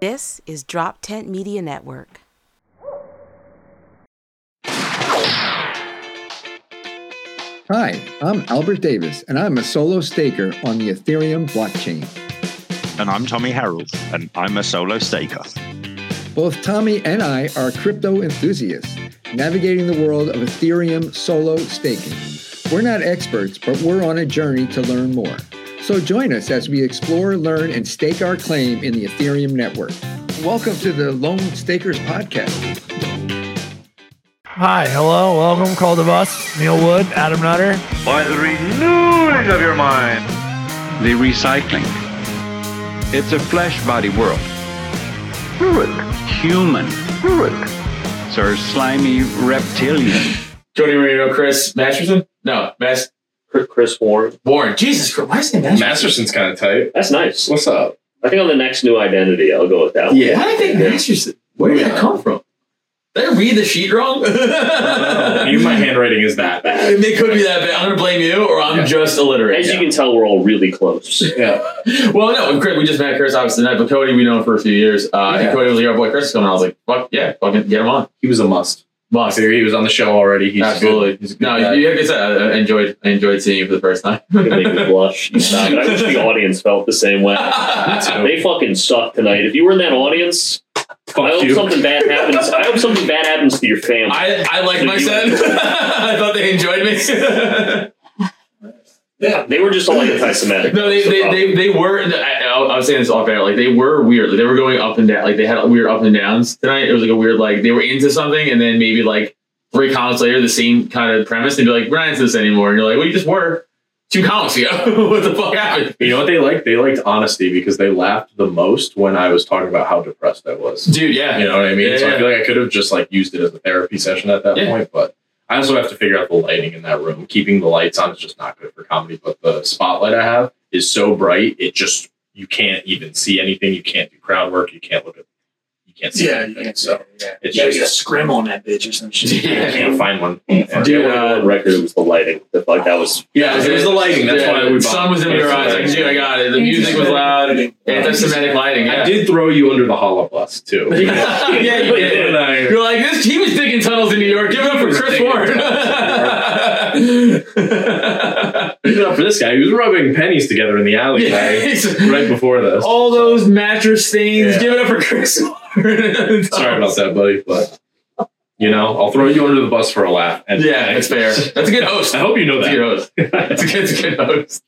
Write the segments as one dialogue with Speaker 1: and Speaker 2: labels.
Speaker 1: This is Drop Tent Media Network.
Speaker 2: Hi, I'm Albert Davis, and I'm a solo staker on the Ethereum blockchain.
Speaker 3: And I'm Tommy Harold, and I'm a solo staker.
Speaker 2: Both Tommy and I are crypto enthusiasts, navigating the world of Ethereum solo staking. We're not experts, but we're on a journey to learn more. So join us as we explore, learn, and stake our claim in the Ethereum network. Welcome to the Lone Stakers Podcast.
Speaker 4: Hi, hello, welcome, Cold of Us, Neil Wood, Adam Nutter.
Speaker 5: by the renewing of your mind.
Speaker 6: the recycling. It's a flesh body world. Human. Sir slimy reptilian.
Speaker 7: Jody Marino, Chris Masterson? No, Mas-
Speaker 8: Chris Warren.
Speaker 7: Warren. Jesus Christ, why is it Masterson?
Speaker 9: Masterson's kind of tight.
Speaker 8: That's nice.
Speaker 9: What's up?
Speaker 8: I think on the next new identity, I'll go with that one.
Speaker 7: Why do you think Masterson? Where did that come from? Did I read the sheet wrong?
Speaker 9: Oh, You, my handwriting is that bad.
Speaker 7: it could be that bad. I'm going to blame you, or I'm just illiterate.
Speaker 8: As you can tell, we're all really close.
Speaker 7: Yeah. Well, no, Chris, we just met Chris obviously tonight, but Cody, we know him for a few years. Uh,
Speaker 9: Yeah.
Speaker 7: And Cody was like, our boy Chris is coming. I was like, fuck yeah, fucking get him on.
Speaker 9: He was a must. I
Speaker 7: Boss.
Speaker 9: figure he was on the show already. He's
Speaker 7: Absolutely.
Speaker 9: Good. He's a good
Speaker 7: No,
Speaker 9: guy.
Speaker 7: you, like I said, I enjoyed, I enjoyed seeing you for the first time.
Speaker 8: You make me blush. You suck. And I wish the audience felt the same way. They fucking suck tonight. If you were in that audience, I
Speaker 9: Fuck
Speaker 8: hope
Speaker 9: you.
Speaker 8: something bad happens. I hope something bad happens to your family.
Speaker 7: I, I liked my
Speaker 8: You-
Speaker 7: set. I thought they enjoyed me.
Speaker 8: they were just all anti-Semitic.
Speaker 7: No, they, they, they, they were. I, I was saying this off air. Like they were weird. Like, they were going up and down. Like they had weird up and downs tonight. It was like a weird. Like they were into something, and then maybe like three comics later, the same kind of premise. They'd be like, "We're not into this anymore." And you're like, "Well, you just were two comics ago. what the fuck happened,
Speaker 9: You know what they liked? They liked honesty because they laughed the most when I was talking about how depressed I was.
Speaker 7: dude?" Yeah,
Speaker 9: You know what I mean?
Speaker 7: Yeah,
Speaker 9: so
Speaker 7: yeah.
Speaker 9: I feel like I could have just like used it as a therapy session at that
Speaker 7: Yeah.
Speaker 9: point, but I also have to figure out the lighting in that room. Keeping the lights on is just not good for comedy, but the spotlight I have is so bright it just you can't even see anything. You can't do crowd work. You can't look at. You can't see anything. so it's just
Speaker 7: scrim on that bitch or some shit.
Speaker 9: I can't find one.
Speaker 7: Dude, uh,
Speaker 8: on record, it was the lighting. That like that was
Speaker 9: Yeah, it was the lighting. That's
Speaker 7: yeah,
Speaker 9: why we
Speaker 7: the sun was in
Speaker 9: bought it.
Speaker 7: your eyes. Like, dude, I got it. The music was loud. Anti-Semitic lighting.
Speaker 9: I
Speaker 7: Yeah.
Speaker 9: did throw you under the hollow bus too.
Speaker 7: yeah, you did.
Speaker 9: And I-
Speaker 7: You're like this. He was digging tunnels in New York. Give it up for Chris
Speaker 9: Digging
Speaker 7: Ward.
Speaker 9: Even up for this guy, he was rubbing pennies together in the alleyway right before this.
Speaker 7: All those mattress stains.
Speaker 9: Yeah.
Speaker 7: Give it up for Chris Ward.
Speaker 9: Sorry about that, buddy, but you know, I'll throw you under the bus for a laugh. And
Speaker 7: Yeah, that's fair. That's a good host.
Speaker 9: I hope you know
Speaker 7: That's a
Speaker 9: that.
Speaker 7: good host. That's a good, that's a good host.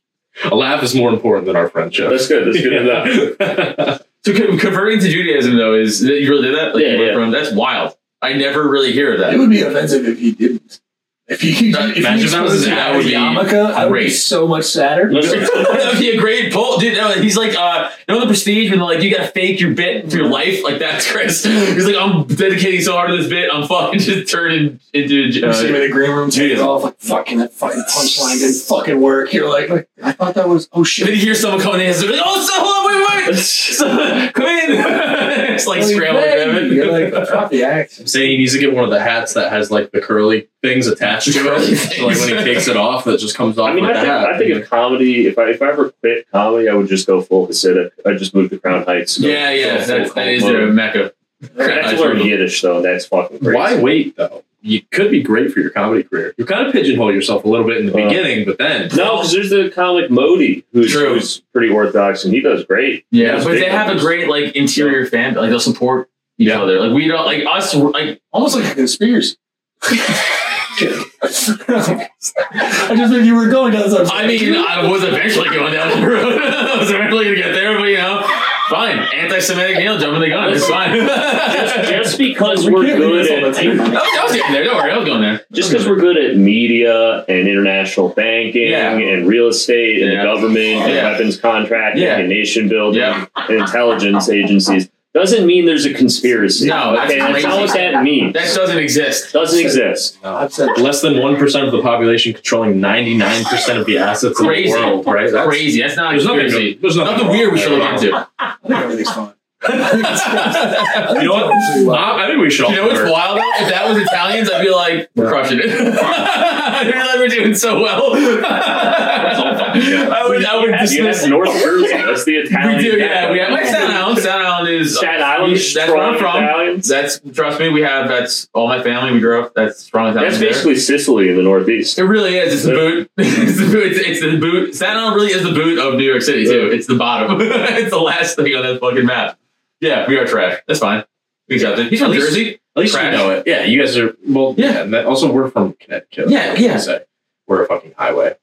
Speaker 9: A laugh is more important than our friendship.
Speaker 8: that's good. That's good enough.
Speaker 9: enough.
Speaker 7: So co- converting to Judaism though is that you really did that? Like,
Speaker 8: Yeah,
Speaker 7: you went
Speaker 8: yeah.
Speaker 7: From, that's wild. I never really hear of that.
Speaker 10: It would be offensive if he didn't. If he if
Speaker 7: That-
Speaker 10: he
Speaker 7: imagine if that was-
Speaker 10: exposed me
Speaker 7: that
Speaker 10: as
Speaker 7: would be
Speaker 10: Yamaka, I would be
Speaker 7: great.
Speaker 10: so much sadder.
Speaker 7: That'd be a great pull, dude. No, he's like, uh, you know, the prestige when they're like you gotta fake your bit for your life, like that's Chris. He's like, I'm dedicating so hard to this bit, I'm fucking just turning into.
Speaker 10: You see him in
Speaker 7: Uh,
Speaker 10: the green room, take it off, like fucking that fucking punchline didn't fucking work. You're like, like, I thought that was oh
Speaker 7: and then
Speaker 10: shit.
Speaker 7: you hear someone coming in, it's like, oh, so hold on, wait, wait, So- come in. it's like
Speaker 10: Like,
Speaker 7: scrambling,
Speaker 10: hey,
Speaker 7: grab it.
Speaker 10: You're like, drop the axe.
Speaker 9: I'm saying he needs to get one of the hats that has like the curly things attached to
Speaker 7: Curly
Speaker 9: it. So, like when he takes it off, that just comes off
Speaker 8: I mean,
Speaker 9: with
Speaker 8: I
Speaker 9: the
Speaker 8: think,
Speaker 9: hat.
Speaker 8: I think if comedy, if I if I ever quit comedy, I would just go full Hasidic. I would just move to Crown Heights. go-
Speaker 7: yeah,
Speaker 8: go
Speaker 7: yeah,
Speaker 8: full
Speaker 7: that's, that is
Speaker 8: cult
Speaker 7: their
Speaker 8: mode.
Speaker 7: mecca.
Speaker 8: I had to learn Yiddish though. and That's fucking crazy.
Speaker 9: Why wait though? You could be great for your comedy career. You kind of pigeonhole yourself a little bit in the
Speaker 8: Uh,
Speaker 9: beginning, but then
Speaker 8: No, because there's the comic Modi, who's,
Speaker 7: True.
Speaker 8: who's pretty orthodox, and he does great.
Speaker 7: Yeah,
Speaker 8: He does
Speaker 7: but
Speaker 8: big
Speaker 7: they have a
Speaker 8: numbers.
Speaker 7: great like interior fan, like they'll support each
Speaker 9: Yeah.
Speaker 7: other. Like we don't like us, we're, like
Speaker 10: Almost like a conspiracy. I just knew you were going down something.
Speaker 7: I mean, I was eventually going down the road. I was eventually going to get there, but you know, fine. Anti-Semitic Neil jumping the gun. It's fine.
Speaker 8: Just,
Speaker 7: I
Speaker 8: just because we're good at
Speaker 7: was I was getting there. Don't worry, I was going there.
Speaker 8: just because we're good at media and international banking
Speaker 7: Yeah.
Speaker 8: and real estate and
Speaker 7: Yeah.
Speaker 8: government and
Speaker 7: Yeah.
Speaker 8: weapons contracting
Speaker 7: Yeah.
Speaker 8: and nation building
Speaker 7: Yeah.
Speaker 8: and intelligence agencies doesn't mean there's a conspiracy.
Speaker 7: No, that's
Speaker 8: okay, that's not
Speaker 7: crazy.
Speaker 8: what that means.
Speaker 7: That doesn't exist.
Speaker 8: doesn't exist.
Speaker 10: I've said
Speaker 9: less than one percent of the population controlling ninety nine percent of the assets
Speaker 7: Crazy.
Speaker 9: in the world, right? That's-
Speaker 7: crazy. That's not
Speaker 9: There's nothing.
Speaker 7: crazy.
Speaker 9: good- There's nothing,
Speaker 7: Nothing,
Speaker 9: wrong
Speaker 7: weird we
Speaker 9: there
Speaker 7: should look
Speaker 9: at all.
Speaker 7: into.
Speaker 10: I think everything's fine.
Speaker 9: You know what? I, I think we should all.
Speaker 7: You know what's
Speaker 9: learn.
Speaker 7: wild? though? If that was Italians, I'd be like, we're crushing it. I'd be like, we're doing so well.
Speaker 9: Let's all fucking
Speaker 7: Yeah.
Speaker 9: I would, I would
Speaker 8: Yeah, you
Speaker 9: dismiss
Speaker 8: have North Jersey. That's the Italian.
Speaker 9: We do, yeah.
Speaker 8: background.
Speaker 9: We have like Staten Island. Staten Island is uh,
Speaker 8: Staten Island.
Speaker 9: That's where I'm
Speaker 8: strong
Speaker 9: from.
Speaker 8: Italians.
Speaker 9: That's trust me. We have that's all my family. We grew up. That's strong Italian.
Speaker 8: That's
Speaker 9: there.
Speaker 8: basically Sicily in the Northeast.
Speaker 9: It really is. It's the boot. it's the boot. It's, it's the boot. Staten Island really is the boot of New York City too. It's the bottom. it's the last thing on that fucking map. Yeah, we are trash. That's fine. We accept it. He's from
Speaker 7: At least-
Speaker 9: Jersey.
Speaker 7: At least
Speaker 9: Trash.
Speaker 7: you know it. Yeah, you guys are. Well,
Speaker 9: Yeah.
Speaker 7: yeah, and that, also we're from Connecticut.
Speaker 9: Yeah,
Speaker 7: that's what
Speaker 9: yeah.
Speaker 7: I Say. We're a fucking highway.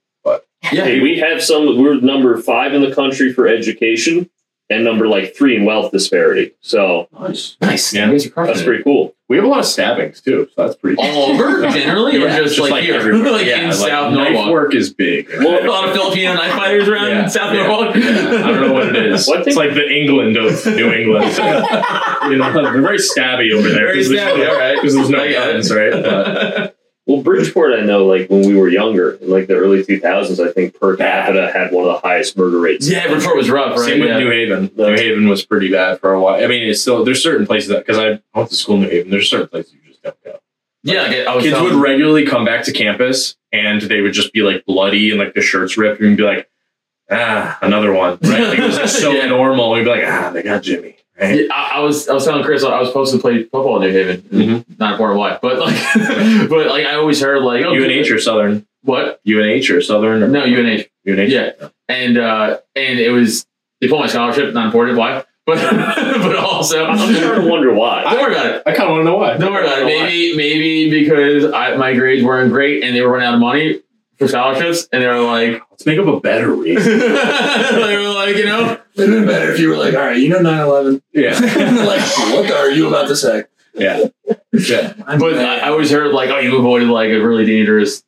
Speaker 8: Hey, we have some. We're number five in the country for education, and number like three in wealth disparity. So
Speaker 7: Nice.
Speaker 9: Nice.
Speaker 7: Yeah.
Speaker 9: You guys are crushing
Speaker 8: that's
Speaker 9: it.
Speaker 8: pretty cool.
Speaker 7: We have a lot of stabbings too, so that's pretty.
Speaker 9: All over generally,
Speaker 7: Yeah,
Speaker 9: or just, like, here,
Speaker 7: everywhere.
Speaker 9: like
Speaker 7: yeah,
Speaker 9: in
Speaker 7: like
Speaker 9: South
Speaker 7: knife
Speaker 9: Norwalk.
Speaker 7: work is big.
Speaker 9: a lot of Filipino knife fighters around
Speaker 7: Yeah,
Speaker 9: in South
Speaker 7: yeah,
Speaker 9: Norwalk.
Speaker 7: yeah. I don't know what it is.
Speaker 8: One thing-
Speaker 7: it's like the England of New England. you know, they're very stabby over there.
Speaker 9: Very
Speaker 7: 'cause there's
Speaker 9: stabby,
Speaker 7: no-
Speaker 9: all right.
Speaker 7: 'cause there's
Speaker 9: I
Speaker 7: no
Speaker 9: get it.
Speaker 7: guns, right? But-
Speaker 8: Well, Bridgeport, I know, like when we were younger, in like the early 2000s, I think per capita had one of the highest murder rates.
Speaker 9: yeah, Bridgeport was rough, right?
Speaker 7: Same with
Speaker 9: yeah.
Speaker 7: New Haven. New Haven was pretty bad for a while. I mean, it's still there's certain places that because I went to school in New Haven. There's certain places you just don't go.
Speaker 9: yeah, like, I was
Speaker 7: Kids would
Speaker 9: telling-
Speaker 7: regularly come back to campus and they would just be like bloody and like the shirts ripped and we'd be like, ah, another one. Right? Like, it was like so
Speaker 9: Yeah.
Speaker 7: normal. We'd be like, ah, they got Jimmy. Right?
Speaker 9: Yeah, I, I was I was telling Chris I was supposed to play football in New Haven.
Speaker 7: Mhm.
Speaker 9: Not important why, but like, but like I always heard like oh,
Speaker 7: UNH or Southern?
Speaker 9: what?
Speaker 7: UNH or Southern? Or
Speaker 9: No, UNH.
Speaker 7: UNH.
Speaker 9: Yeah. and uh, and it was they pulled my scholarship. Not important why, but but also
Speaker 8: I'm starting to
Speaker 9: don't
Speaker 8: wonder why.
Speaker 9: worry about it.
Speaker 7: I kind of want to know why.
Speaker 9: Don't worry about it. Maybe maybe because I, my grades weren't great and they were running out of money for scholarships, and they were like
Speaker 7: Let's make up a better reason.
Speaker 9: they were like you know
Speaker 10: It'd have been better if you were like, all right, you know 9 11.
Speaker 7: Yeah.
Speaker 10: like, what are you about to say?
Speaker 7: yeah. Yeah.
Speaker 10: I'm
Speaker 9: But I, I always heard like, oh, you avoided like a really dangerous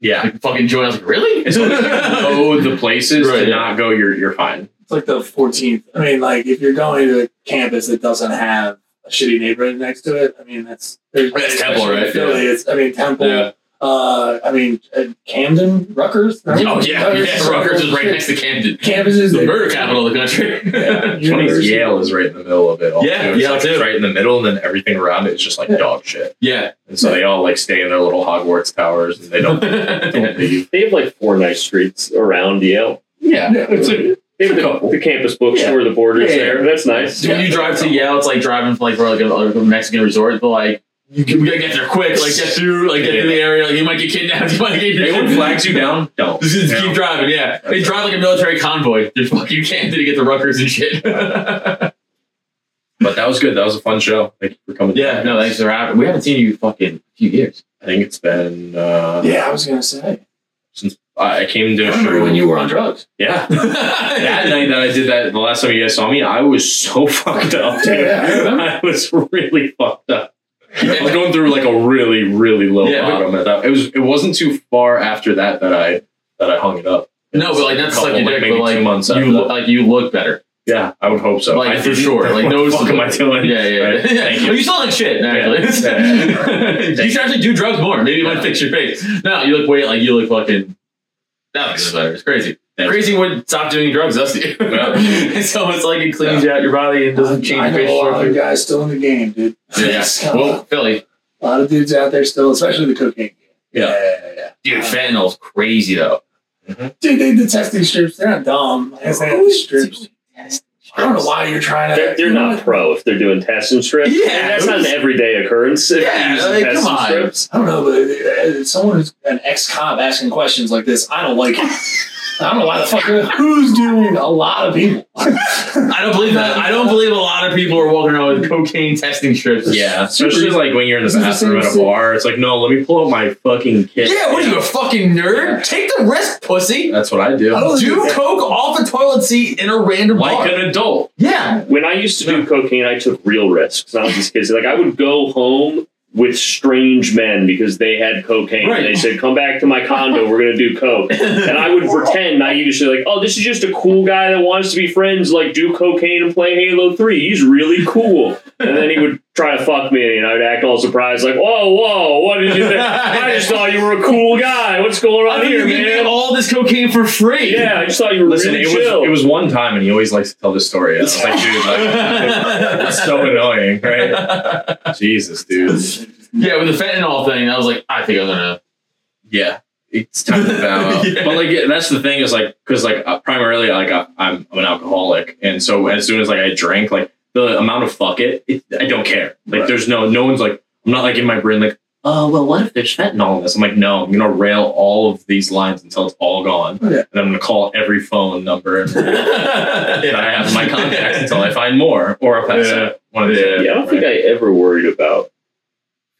Speaker 7: Yeah.
Speaker 9: like, fucking joint. I was like, really?
Speaker 7: As long as you know the places
Speaker 9: Right,
Speaker 7: to
Speaker 9: yeah.
Speaker 7: not go, you're you're fine.
Speaker 10: It's like the 14th. I mean, like, if you're going to a campus that doesn't have a shitty neighborhood next to it, I mean, that's. There's,
Speaker 9: Right, it's Temple,
Speaker 10: especially in
Speaker 9: right?
Speaker 10: Philly, it's, I mean, Temple. Uh, I mean, uh, Camden, Rutgers.
Speaker 9: Oh
Speaker 10: right?
Speaker 9: yeah, yeah. Rutgers is right next to Camden,
Speaker 10: campuses.
Speaker 9: the
Speaker 10: that-
Speaker 9: murder capital of the country.
Speaker 7: Yeah.
Speaker 10: University.
Speaker 7: Funny, Yale is right in the middle of it all.
Speaker 9: Yeah,
Speaker 7: too. It's
Speaker 9: Yale
Speaker 7: like
Speaker 9: too.
Speaker 7: It's right in the middle, and then everything around it is just like dog shit.
Speaker 9: yeah.
Speaker 7: And so they all like stay in their little Hogwarts towers, and they don't, don't leave.
Speaker 8: They have like four nice streets around Yale.
Speaker 7: Yeah, it's a,
Speaker 8: They have
Speaker 7: A
Speaker 8: the,
Speaker 7: couple.
Speaker 8: the campus bookstore, the borders
Speaker 7: Yeah, yeah.
Speaker 8: there. That's nice.
Speaker 9: So when you drive to Yale, it's like driving from like, for, like a, like a Mexican resort, but like you can, we gotta get there quick, like get through, like get through the area. Like you might get kidnapped, you might get your
Speaker 7: anyone
Speaker 9: shit-
Speaker 7: flags you down, don't.
Speaker 9: Just, just
Speaker 7: You know?
Speaker 9: keep driving, yeah. They
Speaker 7: That's
Speaker 9: drive like a military convoy. They're fucking Camden to get the Rutgers and shit.
Speaker 7: But that was good. That was a fun show. Thank you for coming.
Speaker 9: yeah, no, thanks for having. We haven't seen you fucking few years.
Speaker 7: I think it's been uh,
Speaker 10: Yeah, I was gonna say.
Speaker 7: I I came to
Speaker 10: I
Speaker 7: a
Speaker 10: remember
Speaker 7: show
Speaker 10: when you were on drugs.
Speaker 7: Yeah. that
Speaker 9: that
Speaker 7: night that I did that, the last time you guys saw me, I was so fucked up, dude.
Speaker 10: Yeah, I remember.
Speaker 7: I was really fucked up. I was going through like a really, really low
Speaker 9: Yeah, but-
Speaker 7: bottom at that. It was. It wasn't too far after that that I that I hung it up. It
Speaker 9: No,
Speaker 7: was
Speaker 9: but like that's
Speaker 7: a couple,
Speaker 9: like, your dick,
Speaker 7: maybe
Speaker 9: but like
Speaker 7: two months
Speaker 9: you
Speaker 7: after
Speaker 9: look,
Speaker 7: that.
Speaker 9: like you look better.
Speaker 7: Yeah, I would hope so.
Speaker 9: Like
Speaker 7: I
Speaker 9: for
Speaker 7: didn't-
Speaker 9: sure. Like
Speaker 7: what
Speaker 9: those
Speaker 7: the fuck am I doing?
Speaker 9: Yeah, yeah, yeah.
Speaker 7: Right? Thank
Speaker 9: Well,
Speaker 7: you.
Speaker 9: you sound like shit, actually.
Speaker 7: Yeah, yeah.
Speaker 9: you should actually do drugs more. Maybe it might fix your face. No, you look way like you look fucking. That looks better. It's crazy.
Speaker 7: Thank
Speaker 9: crazy would stop doing drugs. That's you.
Speaker 7: Yeah.
Speaker 9: so it's like it cleans you out your body and doesn't
Speaker 10: I
Speaker 9: change
Speaker 10: know
Speaker 9: your
Speaker 10: a
Speaker 9: facial
Speaker 10: lot of
Speaker 9: structure.
Speaker 10: guys still in the game, dude.
Speaker 9: Yeah.
Speaker 10: So,
Speaker 9: Well, Philly,
Speaker 10: a lot of dudes out there still, especially the cocaine. game.
Speaker 7: Yeah.
Speaker 10: yeah, yeah.
Speaker 9: dude, fentanyl's crazy though.
Speaker 10: Dude, they the testing strips. They're not dumb. I guess they have the strips. I don't know why you're trying to.
Speaker 8: They're, they're not pro if they're doing tests and strips.
Speaker 9: Yeah,
Speaker 8: And that's not an everyday occurrence. If
Speaker 9: Yeah,
Speaker 8: you're using
Speaker 9: like,
Speaker 8: tests
Speaker 9: come
Speaker 8: and
Speaker 9: on.
Speaker 8: strips.
Speaker 10: I don't know, but uh, someone who's an ex-cop asking questions like this, I don't like it. I don't know why the fuck. Who's doing a lot of people?
Speaker 9: I don't believe that. I don't believe a lot of people are walking around with cocaine testing strips.
Speaker 7: Yeah, especially like when you're in the
Speaker 10: Super
Speaker 7: bathroom at a
Speaker 10: sexy.
Speaker 7: bar. It's like, no, let me pull out my fucking kit.
Speaker 9: Yeah, what are you, a fucking nerd? Take the risk, pussy.
Speaker 7: That's what I do.
Speaker 10: I don't-
Speaker 9: Do coke off a toilet seat in a random
Speaker 7: Like
Speaker 9: bar.
Speaker 7: an adult.
Speaker 9: yeah.
Speaker 8: When I used to do cocaine, I took real risks. Not these kids. Like I would go home with strange men because they had cocaine.
Speaker 9: Right.
Speaker 8: And they said, "Come back to my condo. We're gonna do coke." And I would pretend naively like, "Oh, this is just a cool guy that wants to be friends. Like do cocaine and play Halo Three. He's really cool." And then he would try to fuck me, and I'd act all surprised, like, "Whoa, whoa, what did you think? I just thought you were a cool guy. What's going on
Speaker 9: I think
Speaker 8: here,
Speaker 9: you can get
Speaker 8: man?"
Speaker 9: all this cocaine for free.
Speaker 8: Yeah, I just thought you were
Speaker 7: Listen,
Speaker 8: really
Speaker 7: it
Speaker 8: chill.
Speaker 7: was it was one time, and he always likes to tell this story. I was like, dude, like, it's so annoying, right? Jesus, dude.
Speaker 9: yeah, with the fentanyl thing, I was like, I think I'm gonna.
Speaker 7: Yeah,
Speaker 9: it's time to bow out.
Speaker 7: Yeah.
Speaker 9: But like yeah, that's the thing is like because like uh, primarily like I, I'm I'm an alcoholic, and so as soon as like I drink, like the amount of fuck it, it I don't care. Like
Speaker 7: Right.
Speaker 9: there's no no one's like I'm not like in my brain like oh well what if there's fentanyl in this? I'm like no I'm gonna rail all of these lines until it's all gone,
Speaker 7: Oh,
Speaker 10: Yeah.
Speaker 9: and I'm gonna call every phone number and
Speaker 7: yeah,
Speaker 9: I have in my contacts until I find more or if I
Speaker 7: Yeah.
Speaker 9: one of these.
Speaker 7: Yeah.
Speaker 8: Yeah, I don't think I ever worried about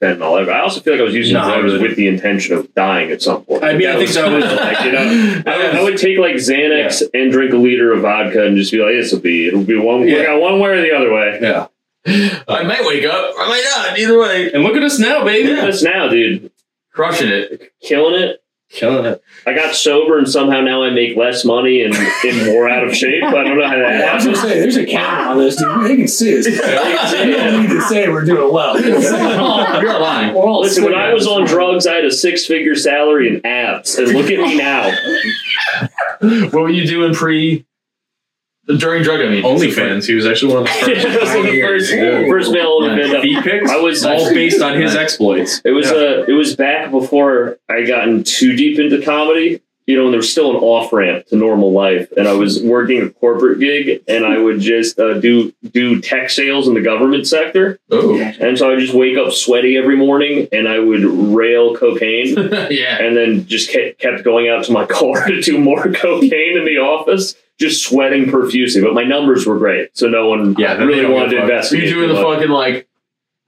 Speaker 8: fentanyl ever. I also feel like I was using
Speaker 9: No, I
Speaker 8: drugs
Speaker 9: really-
Speaker 8: with the intention of dying at some point.
Speaker 9: I mean, I think so.
Speaker 8: was like, you know, I would, I would take like Xanax and drink a liter of vodka and just be like, this will be, it'll be one,
Speaker 9: Yeah.
Speaker 8: yeah. one way or the other way.
Speaker 9: Yeah.
Speaker 7: I might wake up. I might not. Either way,
Speaker 9: And look at us now, baby.
Speaker 8: Look at us now, dude.
Speaker 7: crushing it.
Speaker 8: Killing it.
Speaker 9: Killing it.
Speaker 8: I got sober and somehow now I make less money and am more out of shape. I don't know how that
Speaker 10: I was
Speaker 8: happened.
Speaker 10: gonna say, there's a camera on this, dude. They can see us. We don't need to say we're doing well.
Speaker 7: You're lying.
Speaker 10: We're all
Speaker 8: Listen, when
Speaker 10: sick.
Speaker 8: I was on drugs, I had a six-figure salary and abs, and look at me now.
Speaker 7: What were you doing pre during drug? I mean,
Speaker 9: OnlyFans. He was actually one of the
Speaker 8: It
Speaker 9: first.
Speaker 8: was the first, first male to bend up.
Speaker 9: Feet pics.
Speaker 8: I was-
Speaker 9: all based on his exploits.
Speaker 8: It was uh, it was back before I gotten too deep into comedy. You know, when there was still an off ramp to normal life, and I was working a corporate gig, and I would just uh, do do tech sales in the government sector,
Speaker 7: Oh,
Speaker 8: and so I would just wake up sweaty every morning, and I would rail cocaine,
Speaker 7: yeah.
Speaker 8: and then just kept, kept going out to my car to do more cocaine in the office, just sweating profusely. But my numbers were great, so no one
Speaker 9: Yeah, then they
Speaker 8: really
Speaker 9: don't
Speaker 8: wanted
Speaker 9: give
Speaker 8: to
Speaker 9: a fuck.
Speaker 8: invest.
Speaker 7: So you're doing the fucking like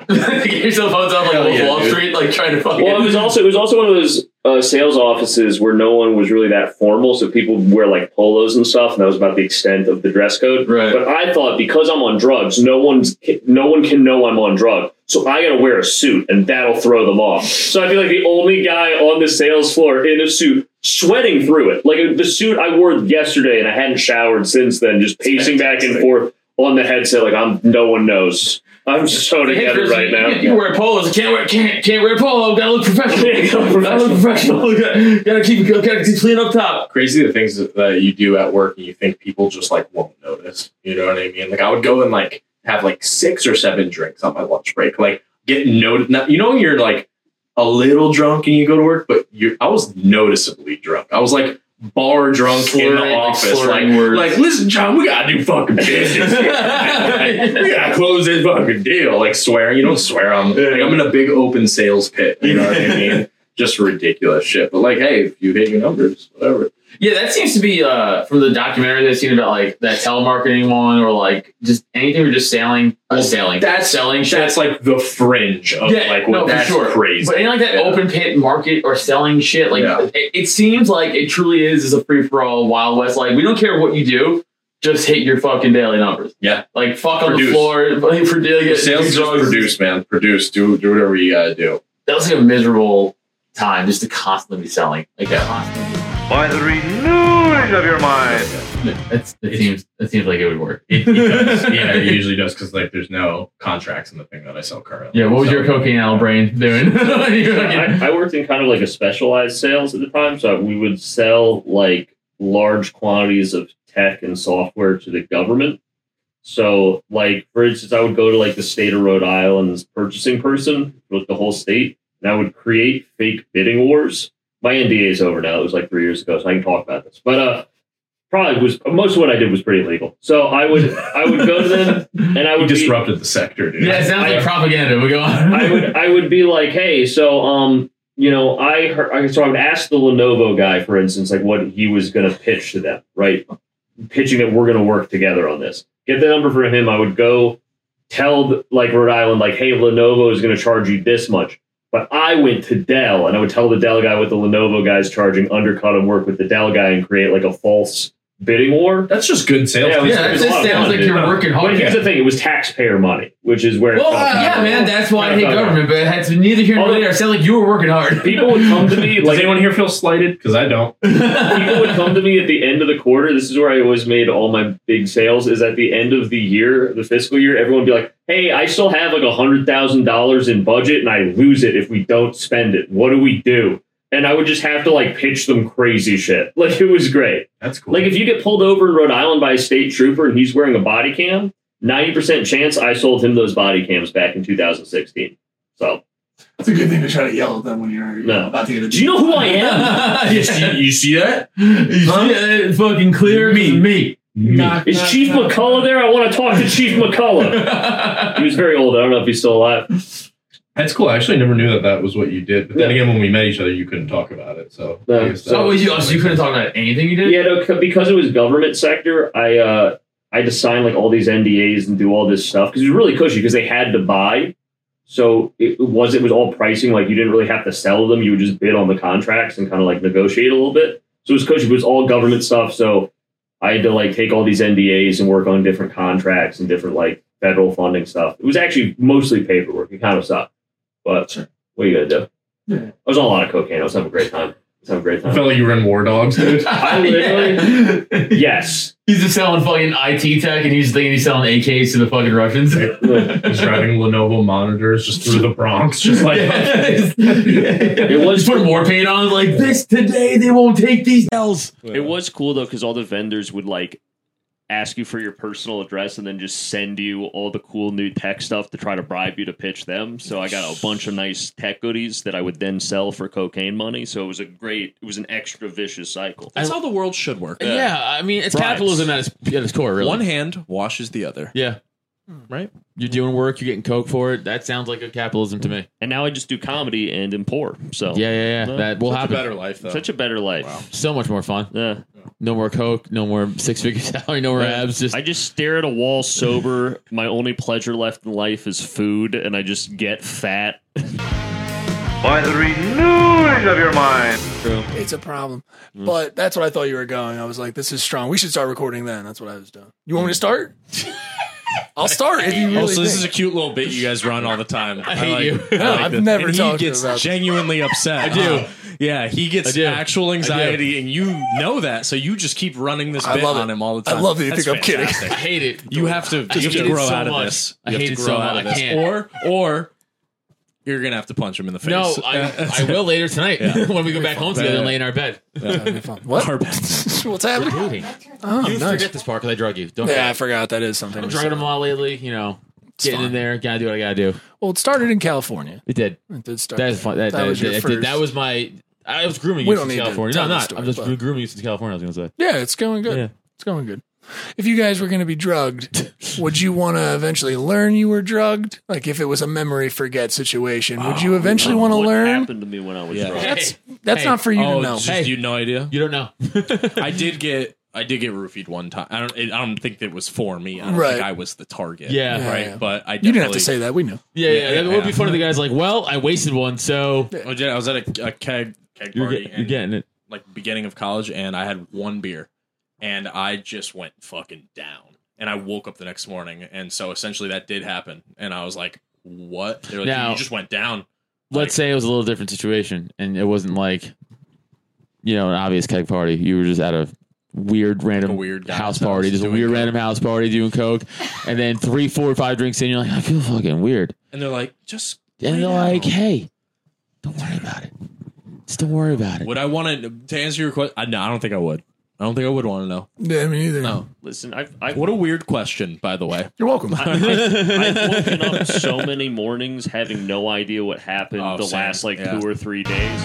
Speaker 7: get yourself hooked up like
Speaker 9: Hell
Speaker 7: old
Speaker 9: yeah,
Speaker 7: Wall
Speaker 9: dude.
Speaker 7: Street, like trying to fucking.
Speaker 8: Well, it was also it was also one of those uh, sales offices where no one was really that formal, so people wear like polos and stuff, and that was about the extent of the dress code.
Speaker 7: Right.
Speaker 8: But I thought because I'm on drugs, no one's no one can know I'm on drug, so I got to wear a suit, and that'll throw them off. So I feel like the only guy on the sales floor in a suit. Sweating through it, like the suit I wore yesterday, and I hadn't showered since then. Just pacing back and forth on the headset, like I'm. No one knows. I'm so
Speaker 7: Hey,
Speaker 8: together
Speaker 7: Chris,
Speaker 8: right
Speaker 7: you,
Speaker 8: now.
Speaker 7: You, you wear polos. Can't wear can't can't wear polo. Gotta look professional. Gotta look professional. Gotta, gotta keep gotta keep clean up top.
Speaker 9: Crazy the things that you do at work and you think people just like won't notice. You know what I mean? Like I would go and like have like six or seven drinks on my lunch break. Like get noted. Not, you know when you're like a little drunk and you go to work, but you I was noticeably drunk. I was like bar drunk in
Speaker 7: Slurring,
Speaker 9: the
Speaker 7: like,
Speaker 9: office. Like,
Speaker 7: slurring words.
Speaker 9: like listen, John, we gotta do fucking business. here." Like, we gotta close this fucking deal. Like swearing, you don't swear. I'm like I'm in a big open sales pit. You know what I mean? Just ridiculous shit. But like, hey, if you hit your numbers, whatever.
Speaker 7: Yeah, that seems to be uh, from the documentary that I've seen about like that telemarketing one or like just anything or just selling. Uh,
Speaker 9: Well,
Speaker 7: selling.
Speaker 9: that's-
Speaker 7: selling shit.
Speaker 9: That's like the fringe of
Speaker 7: Yeah,
Speaker 9: like what
Speaker 7: no, for
Speaker 9: that's
Speaker 7: sure.
Speaker 9: crazy.
Speaker 7: But in like that
Speaker 9: Yeah.
Speaker 7: open pit market or selling shit, like
Speaker 9: Yeah.
Speaker 7: it, it seems like it truly is is a free for all wild west. Like we don't care what you do, just hit your fucking daily numbers.
Speaker 9: Yeah.
Speaker 7: like fuck on the
Speaker 9: Produce.
Speaker 7: floor like, for daily
Speaker 9: Your sales
Speaker 7: do
Speaker 9: just
Speaker 7: drugs.
Speaker 9: produce, man. Produce. Do do whatever you gotta do.
Speaker 7: That was like a miserable time just to constantly be selling like that. Constantly.
Speaker 6: By the renewing of your mind.
Speaker 7: That's, it seems it seems like it would work.
Speaker 9: It, it does. yeah, it usually does because like there's no contracts in the thing that I sell currently.
Speaker 7: Yeah, what was
Speaker 9: So-
Speaker 7: your cocaine owl brain doing? You're fucking-
Speaker 8: I, I worked in kind of like a specialized sales at the time, so we would sell like large quantities of tech and software to the government. So, like for instance, I would go to like the state of Rhode Island's purchasing person with the whole state, and I would create fake bidding wars. My NDA is over now; it was like three years ago, so I can talk about this. But uh, probably was most of what I did was pretty illegal. So I would I would go to them, and I
Speaker 9: You
Speaker 8: would be-
Speaker 9: disrupted the sector, dude.
Speaker 7: yeah, it sounds like
Speaker 8: I-
Speaker 7: propaganda. We go on.
Speaker 8: I would I would be like, hey, so um, you know, I heard, I- so I would ask the Lenovo guy, for instance, like what he was going to pitch to them, right? Pitching that we're going to work together on this. Get the number from him. I would go tell the- like Rhode Island, like, hey, Lenovo is going to charge you this much. But I went to Dell and I would tell the Dell guy what the Lenovo guy's charging, undercut and work with the Dell guy and create like a false bidding war.
Speaker 9: That's just good sales.
Speaker 8: Yeah,
Speaker 9: pitch.
Speaker 7: yeah, that
Speaker 8: it's a lot
Speaker 7: just
Speaker 8: of
Speaker 7: sounds
Speaker 8: fun,
Speaker 7: like
Speaker 8: dude.
Speaker 7: you're working
Speaker 8: But
Speaker 7: hard.
Speaker 8: here's the thing, it was taxpayer money, which is where it
Speaker 7: Well, uh,
Speaker 8: fell down.
Speaker 7: yeah, man, that's why I hate
Speaker 8: Okay.
Speaker 7: government, but that's neither here nor
Speaker 8: Although-
Speaker 7: there. It sounded like you were working hard.
Speaker 8: people would come to me
Speaker 9: Does
Speaker 8: like
Speaker 9: anyone here feel slighted? Because I don't.
Speaker 8: people would come to me at the end of the quarter. This is where I always made all my big sales. Is at the end of the year, the fiscal year, everyone would be like, "Hey, I still have like a hundred thousand dollars in budget, and I lose it if we don't spend it. What do we do?" And I would just have to like pitch them crazy shit. Like it was great.
Speaker 9: That's cool.
Speaker 8: Like if you get pulled over in Rhode Island by a state trooper and he's wearing a body cam, ninety percent chance I sold him those body cams back in two thousand sixteen. So
Speaker 10: It's a good thing to try to yell at them when you're
Speaker 8: No.
Speaker 10: about to get a
Speaker 8: Do you know who I am?
Speaker 11: you, see, you see that?
Speaker 10: Huh?
Speaker 9: Eh,
Speaker 11: that? Fucking clear me. Me.
Speaker 10: Knock,
Speaker 8: Is
Speaker 10: knock,
Speaker 8: Chief
Speaker 10: knock.
Speaker 8: McCullough there? I want to talk to Chief McCullough. He was very old. I don't know if he's still alive.
Speaker 11: That's cool. I actually never knew that that was what you did. But then again, when we met each other, you couldn't talk about it. So,
Speaker 8: No.
Speaker 11: I guess that-
Speaker 12: So
Speaker 7: Oh,
Speaker 12: you, so you couldn't talk about anything you did?
Speaker 8: Yeah, no, c- because it was government sector, I uh, I had to sign like all these NDAs and do all this stuff because it was really cushy because they had to buy. So it was it was all pricing like you didn't really have to sell them; you would just bid on the contracts and kind of like negotiate a little bit. So it was cushy. But it was all government stuff, so I had to like take all these NDAs and work on different contracts and different like federal funding stuff. It was actually mostly paperwork. It kind of sucked, but what are you gonna do?
Speaker 10: Yeah.
Speaker 8: I was on a lot of cocaine. I was having a great time. I was having a great
Speaker 11: I
Speaker 8: time.
Speaker 11: felt like you were in War Dogs, dude.
Speaker 8: I literally- yes.
Speaker 12: He's just selling fucking IT tech and he's thinking he's selling AKs to the fucking Russians.
Speaker 11: Just driving Lenovo monitors just through the Bronx, just like
Speaker 12: it
Speaker 8: was-
Speaker 12: put more paint on like this today. They won't take these L's.
Speaker 8: It was cool though because all the vendors would like ask you for your personal address and then just send you all the cool new tech stuff to try to bribe you to pitch them. So I got a bunch of nice tech goodies that I would then sell for cocaine money. So it was a great, it was an extra vicious cycle.
Speaker 7: That's how the world should work.
Speaker 9: Yeah, I mean, it's
Speaker 8: Bribes.
Speaker 9: capitalism at its, at its core, really.
Speaker 7: One hand washes the other.
Speaker 9: yeah. Right? You're doing work, you're getting coke for it. That sounds like good capitalism to me.
Speaker 8: And now I just do comedy and am poor. So
Speaker 9: Yeah, yeah, yeah.
Speaker 8: Well,
Speaker 9: That will
Speaker 7: Such
Speaker 9: happen.
Speaker 7: a better life, though.
Speaker 8: such a better life.
Speaker 9: So much more fun.
Speaker 8: Yeah.
Speaker 9: No more coke, no more six figure salary, no more
Speaker 8: Yeah.
Speaker 9: abs. Just
Speaker 8: I just stare at a wall sober. My only pleasure left in life is food, and I just get fat.
Speaker 13: By the renewing of your mind.
Speaker 10: It's a problem. But that's what I thought you were going. I was like, this is strong. We should start recording then. That's what I was doing. You want me to start? I'll start if you really
Speaker 7: also, Oh, this is a
Speaker 10: think.
Speaker 7: cute little bit you guys run all the time. I
Speaker 9: hate you.
Speaker 10: No, I've
Speaker 7: this.
Speaker 10: never
Speaker 7: and he
Speaker 10: talked
Speaker 7: gets
Speaker 10: about this.
Speaker 7: genuinely upset. Uh,
Speaker 9: I do.
Speaker 7: Yeah, he
Speaker 9: I
Speaker 7: gets
Speaker 9: do.
Speaker 7: actual anxiety, and you know that, so you just keep running this
Speaker 10: I
Speaker 7: bit
Speaker 10: love it.
Speaker 7: on him all the
Speaker 10: I
Speaker 7: time.
Speaker 10: love that you
Speaker 7: That's
Speaker 10: think I'm kidding.
Speaker 7: fantastic.
Speaker 9: I hate it.
Speaker 7: You have to, you have
Speaker 9: hate
Speaker 7: to
Speaker 9: it
Speaker 7: grow
Speaker 9: so
Speaker 7: out
Speaker 9: much.
Speaker 7: of this.
Speaker 9: I
Speaker 7: You have
Speaker 9: hate
Speaker 7: to
Speaker 9: it
Speaker 7: grow
Speaker 9: so
Speaker 7: out
Speaker 9: much.
Speaker 7: of
Speaker 9: I
Speaker 7: this.
Speaker 9: can't.
Speaker 7: Or, or you're gonna have to punch him in the face.
Speaker 9: No, I, I will later tonight
Speaker 7: Yeah.
Speaker 9: when we go back home together and lay in our bed.
Speaker 10: What?
Speaker 7: Or-
Speaker 10: What's happening?
Speaker 9: Dating.
Speaker 10: Oh,
Speaker 9: you
Speaker 10: nice.
Speaker 9: forget this part because I drug you. Don't.
Speaker 10: Yeah, I
Speaker 9: forget.
Speaker 10: forgot that is something.
Speaker 9: I'm
Speaker 10: we
Speaker 9: drugging
Speaker 10: said.
Speaker 9: them a lot lately. You know, getting in
Speaker 10: fine.
Speaker 9: there, gotta do what I gotta do.
Speaker 10: Well, it started in California.
Speaker 9: It did.
Speaker 10: It did start.
Speaker 9: That was fun. That, that,
Speaker 10: was
Speaker 9: was
Speaker 10: your
Speaker 9: that,
Speaker 10: first.
Speaker 9: that was my. I was grooming
Speaker 10: We
Speaker 9: you
Speaker 10: don't
Speaker 9: since
Speaker 10: need to
Speaker 9: California. No,
Speaker 10: tell
Speaker 9: I'm
Speaker 10: the
Speaker 9: not.
Speaker 10: story,
Speaker 9: I'm just
Speaker 10: but-
Speaker 9: grooming you since California. I was gonna say.
Speaker 10: Yeah, it's going good.
Speaker 9: Yeah.
Speaker 10: It's going good. If you guys were going to be drugged, would you want to eventually learn you were drugged? Like if it was a memory forget situation, would you eventually want to
Speaker 8: What
Speaker 10: learn?
Speaker 8: happened to me when I was
Speaker 7: Yeah.
Speaker 8: drunk?
Speaker 10: That's
Speaker 9: Hey,
Speaker 10: that's
Speaker 9: hey.
Speaker 10: not for you
Speaker 7: oh,
Speaker 10: to know.
Speaker 7: just
Speaker 9: Hey.
Speaker 7: you no idea.
Speaker 9: You don't know.
Speaker 7: I did get I did get roofied one time. I don't it, I don't think it was for me. I don't
Speaker 10: Right.
Speaker 7: think I was the target.
Speaker 9: Yeah.
Speaker 10: Yeah,
Speaker 7: Right.
Speaker 10: yeah.
Speaker 7: But I
Speaker 10: you didn't have to
Speaker 7: definitely-
Speaker 10: say that. We know.
Speaker 9: yeah, yeah.
Speaker 7: Yeah,
Speaker 9: It would be
Speaker 7: yeah.
Speaker 9: funny. if The guy's like, "Well, I wasted one, so
Speaker 7: Oh, yeah, I was at a, a keg keg
Speaker 9: you're,
Speaker 7: party
Speaker 9: get,
Speaker 7: and,
Speaker 9: you're getting it."
Speaker 7: like beginning of college and I had one beer and I just went fucking down. And I woke up the next morning and so essentially that did happen. And I was like, What? They're like,
Speaker 9: Now-
Speaker 7: you just went down.
Speaker 9: Let's say it was a little different situation, and it wasn't like, you know, an obvious keg party. You were just at a weird random
Speaker 7: weird guy's
Speaker 9: house party,
Speaker 7: house
Speaker 9: just a
Speaker 7: doing
Speaker 9: weird
Speaker 7: coke.
Speaker 9: random house party doing coke, and then three, four, five drinks in, you're like, "I feel fucking weird,"
Speaker 7: And they're like, just
Speaker 9: and
Speaker 7: lay
Speaker 9: they're
Speaker 7: down.
Speaker 9: like, "Hey, don't worry about it. Just don't worry about it."
Speaker 7: Would I want to to answer your question? I, no, I don't think I would. I don't think I would want to know.
Speaker 10: Yeah, me neither.
Speaker 7: No.
Speaker 8: Listen, I've, I've
Speaker 7: What a weird question, by the way.
Speaker 10: You're welcome.
Speaker 8: I've woken up so many mornings having no idea what happened
Speaker 7: Oh,
Speaker 8: the
Speaker 7: same.
Speaker 8: last like
Speaker 7: Yeah.
Speaker 8: two or three days.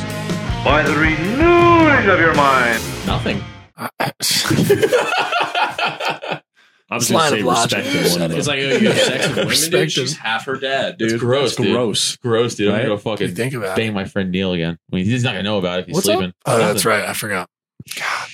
Speaker 13: By the renewing of your mind.
Speaker 7: Nothing.
Speaker 8: I'm just
Speaker 10: Line
Speaker 8: gonna say
Speaker 10: of logic.
Speaker 8: respectable. and
Speaker 7: It's like oh, you have sex with women, dude.
Speaker 10: Perspective.
Speaker 7: She's half her dad, dude.
Speaker 9: It's gross,
Speaker 7: It's
Speaker 9: dude.
Speaker 7: gross.
Speaker 9: gross, dude.
Speaker 7: Right?
Speaker 9: I'm gonna go
Speaker 10: You
Speaker 9: fucking
Speaker 10: think about it.
Speaker 9: bang my friend Neil again. I mean, he's not gonna know about it if he's
Speaker 10: What's up?
Speaker 9: sleeping.
Speaker 10: Oh, that's right. I forgot. God,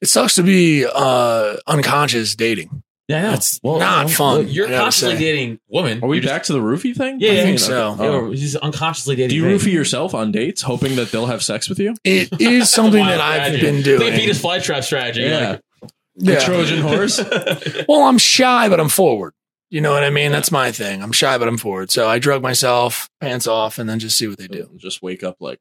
Speaker 10: it sucks to be uh, unconscious dating.
Speaker 9: Yeah, I know.
Speaker 10: That's not
Speaker 9: look,
Speaker 10: fun,
Speaker 9: You're
Speaker 10: I gotta
Speaker 9: constantly
Speaker 10: say.
Speaker 9: dating women.
Speaker 7: Are we
Speaker 9: You're just-
Speaker 7: back to the roofie thing?
Speaker 9: Yeah,
Speaker 10: I
Speaker 9: yeah,
Speaker 10: think
Speaker 9: yeah.
Speaker 10: so.
Speaker 9: Yeah, we're just unconsciously dating.
Speaker 7: Do you
Speaker 9: women.
Speaker 7: roofie yourself on dates, hoping that they'll have sex with you?
Speaker 10: It is something that
Speaker 9: Wild
Speaker 10: I've
Speaker 9: strategy.
Speaker 10: been
Speaker 9: It's Like a
Speaker 10: doing.
Speaker 9: fetus flytrap strategy. Like,
Speaker 7: The
Speaker 10: Yeah.
Speaker 7: Trojan horse.
Speaker 10: Well, I'm shy, but I'm forward. You know what I mean? That's my thing. I'm shy, but I'm forward. So I drug myself, pants off, and then just see what they do.
Speaker 7: Just wake up like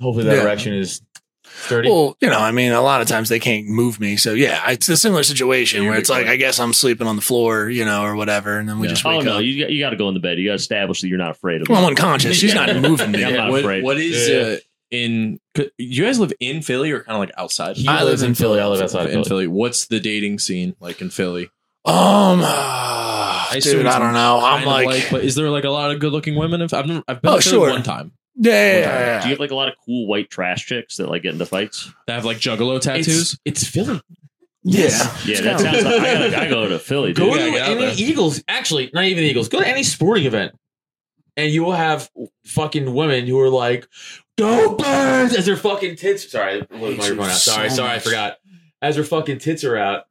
Speaker 9: hopefully that
Speaker 10: Yeah.
Speaker 9: erection is sturdy.
Speaker 10: Well, you know, I mean, a lot of times they can't move me. So yeah, it's a similar situation
Speaker 7: You're
Speaker 10: where it's like,
Speaker 7: correct.
Speaker 10: I guess I'm sleeping on the floor, you know, or whatever. And then we
Speaker 7: Yeah.
Speaker 10: just
Speaker 8: Oh
Speaker 10: wake
Speaker 8: no,
Speaker 10: up.
Speaker 8: you got, you got to go in the bed. You got to establish that you're not afraid of.
Speaker 10: well, I'm
Speaker 8: them.
Speaker 10: unconscious. She's not moving me.
Speaker 8: Yeah, I'm not
Speaker 7: what,
Speaker 8: afraid.
Speaker 7: what is
Speaker 9: Yeah, yeah.
Speaker 7: uh, in? could- You guys live in Philly or kind of like outside?
Speaker 9: He lives in Philly. I live outside
Speaker 7: in
Speaker 9: of Philly.
Speaker 7: Philly. What's the dating scene like in Philly?
Speaker 10: Um, uh,
Speaker 9: I assume
Speaker 10: dude,
Speaker 9: it's
Speaker 10: I don't know. I'm
Speaker 9: kind of
Speaker 10: like,
Speaker 9: but is there like a lot of good-looking women? If I've never, I've been
Speaker 10: Oh,
Speaker 9: to
Speaker 10: sure.
Speaker 9: one time.
Speaker 10: yeah, yeah,
Speaker 9: Okay.
Speaker 10: yeah,
Speaker 8: Do you have like a lot of cool white trash chicks that like get into fights?
Speaker 9: That have like juggalo tattoos. It's, Philly.
Speaker 10: yeah.
Speaker 8: Yeah, that sounds. Like, I, gotta, I go to Philly. Dude.
Speaker 14: Go
Speaker 8: Yeah,
Speaker 14: to
Speaker 8: get out
Speaker 14: any
Speaker 8: there.
Speaker 14: Eagles, actually, not even the Eagles. Go to any sporting event, and you will have fucking women who are like, "Go Birds!" as their fucking tits. Sorry, I blew the microphone out.
Speaker 8: so
Speaker 14: Sorry, sorry, I
Speaker 8: much.
Speaker 14: forgot. As her fucking tits are out,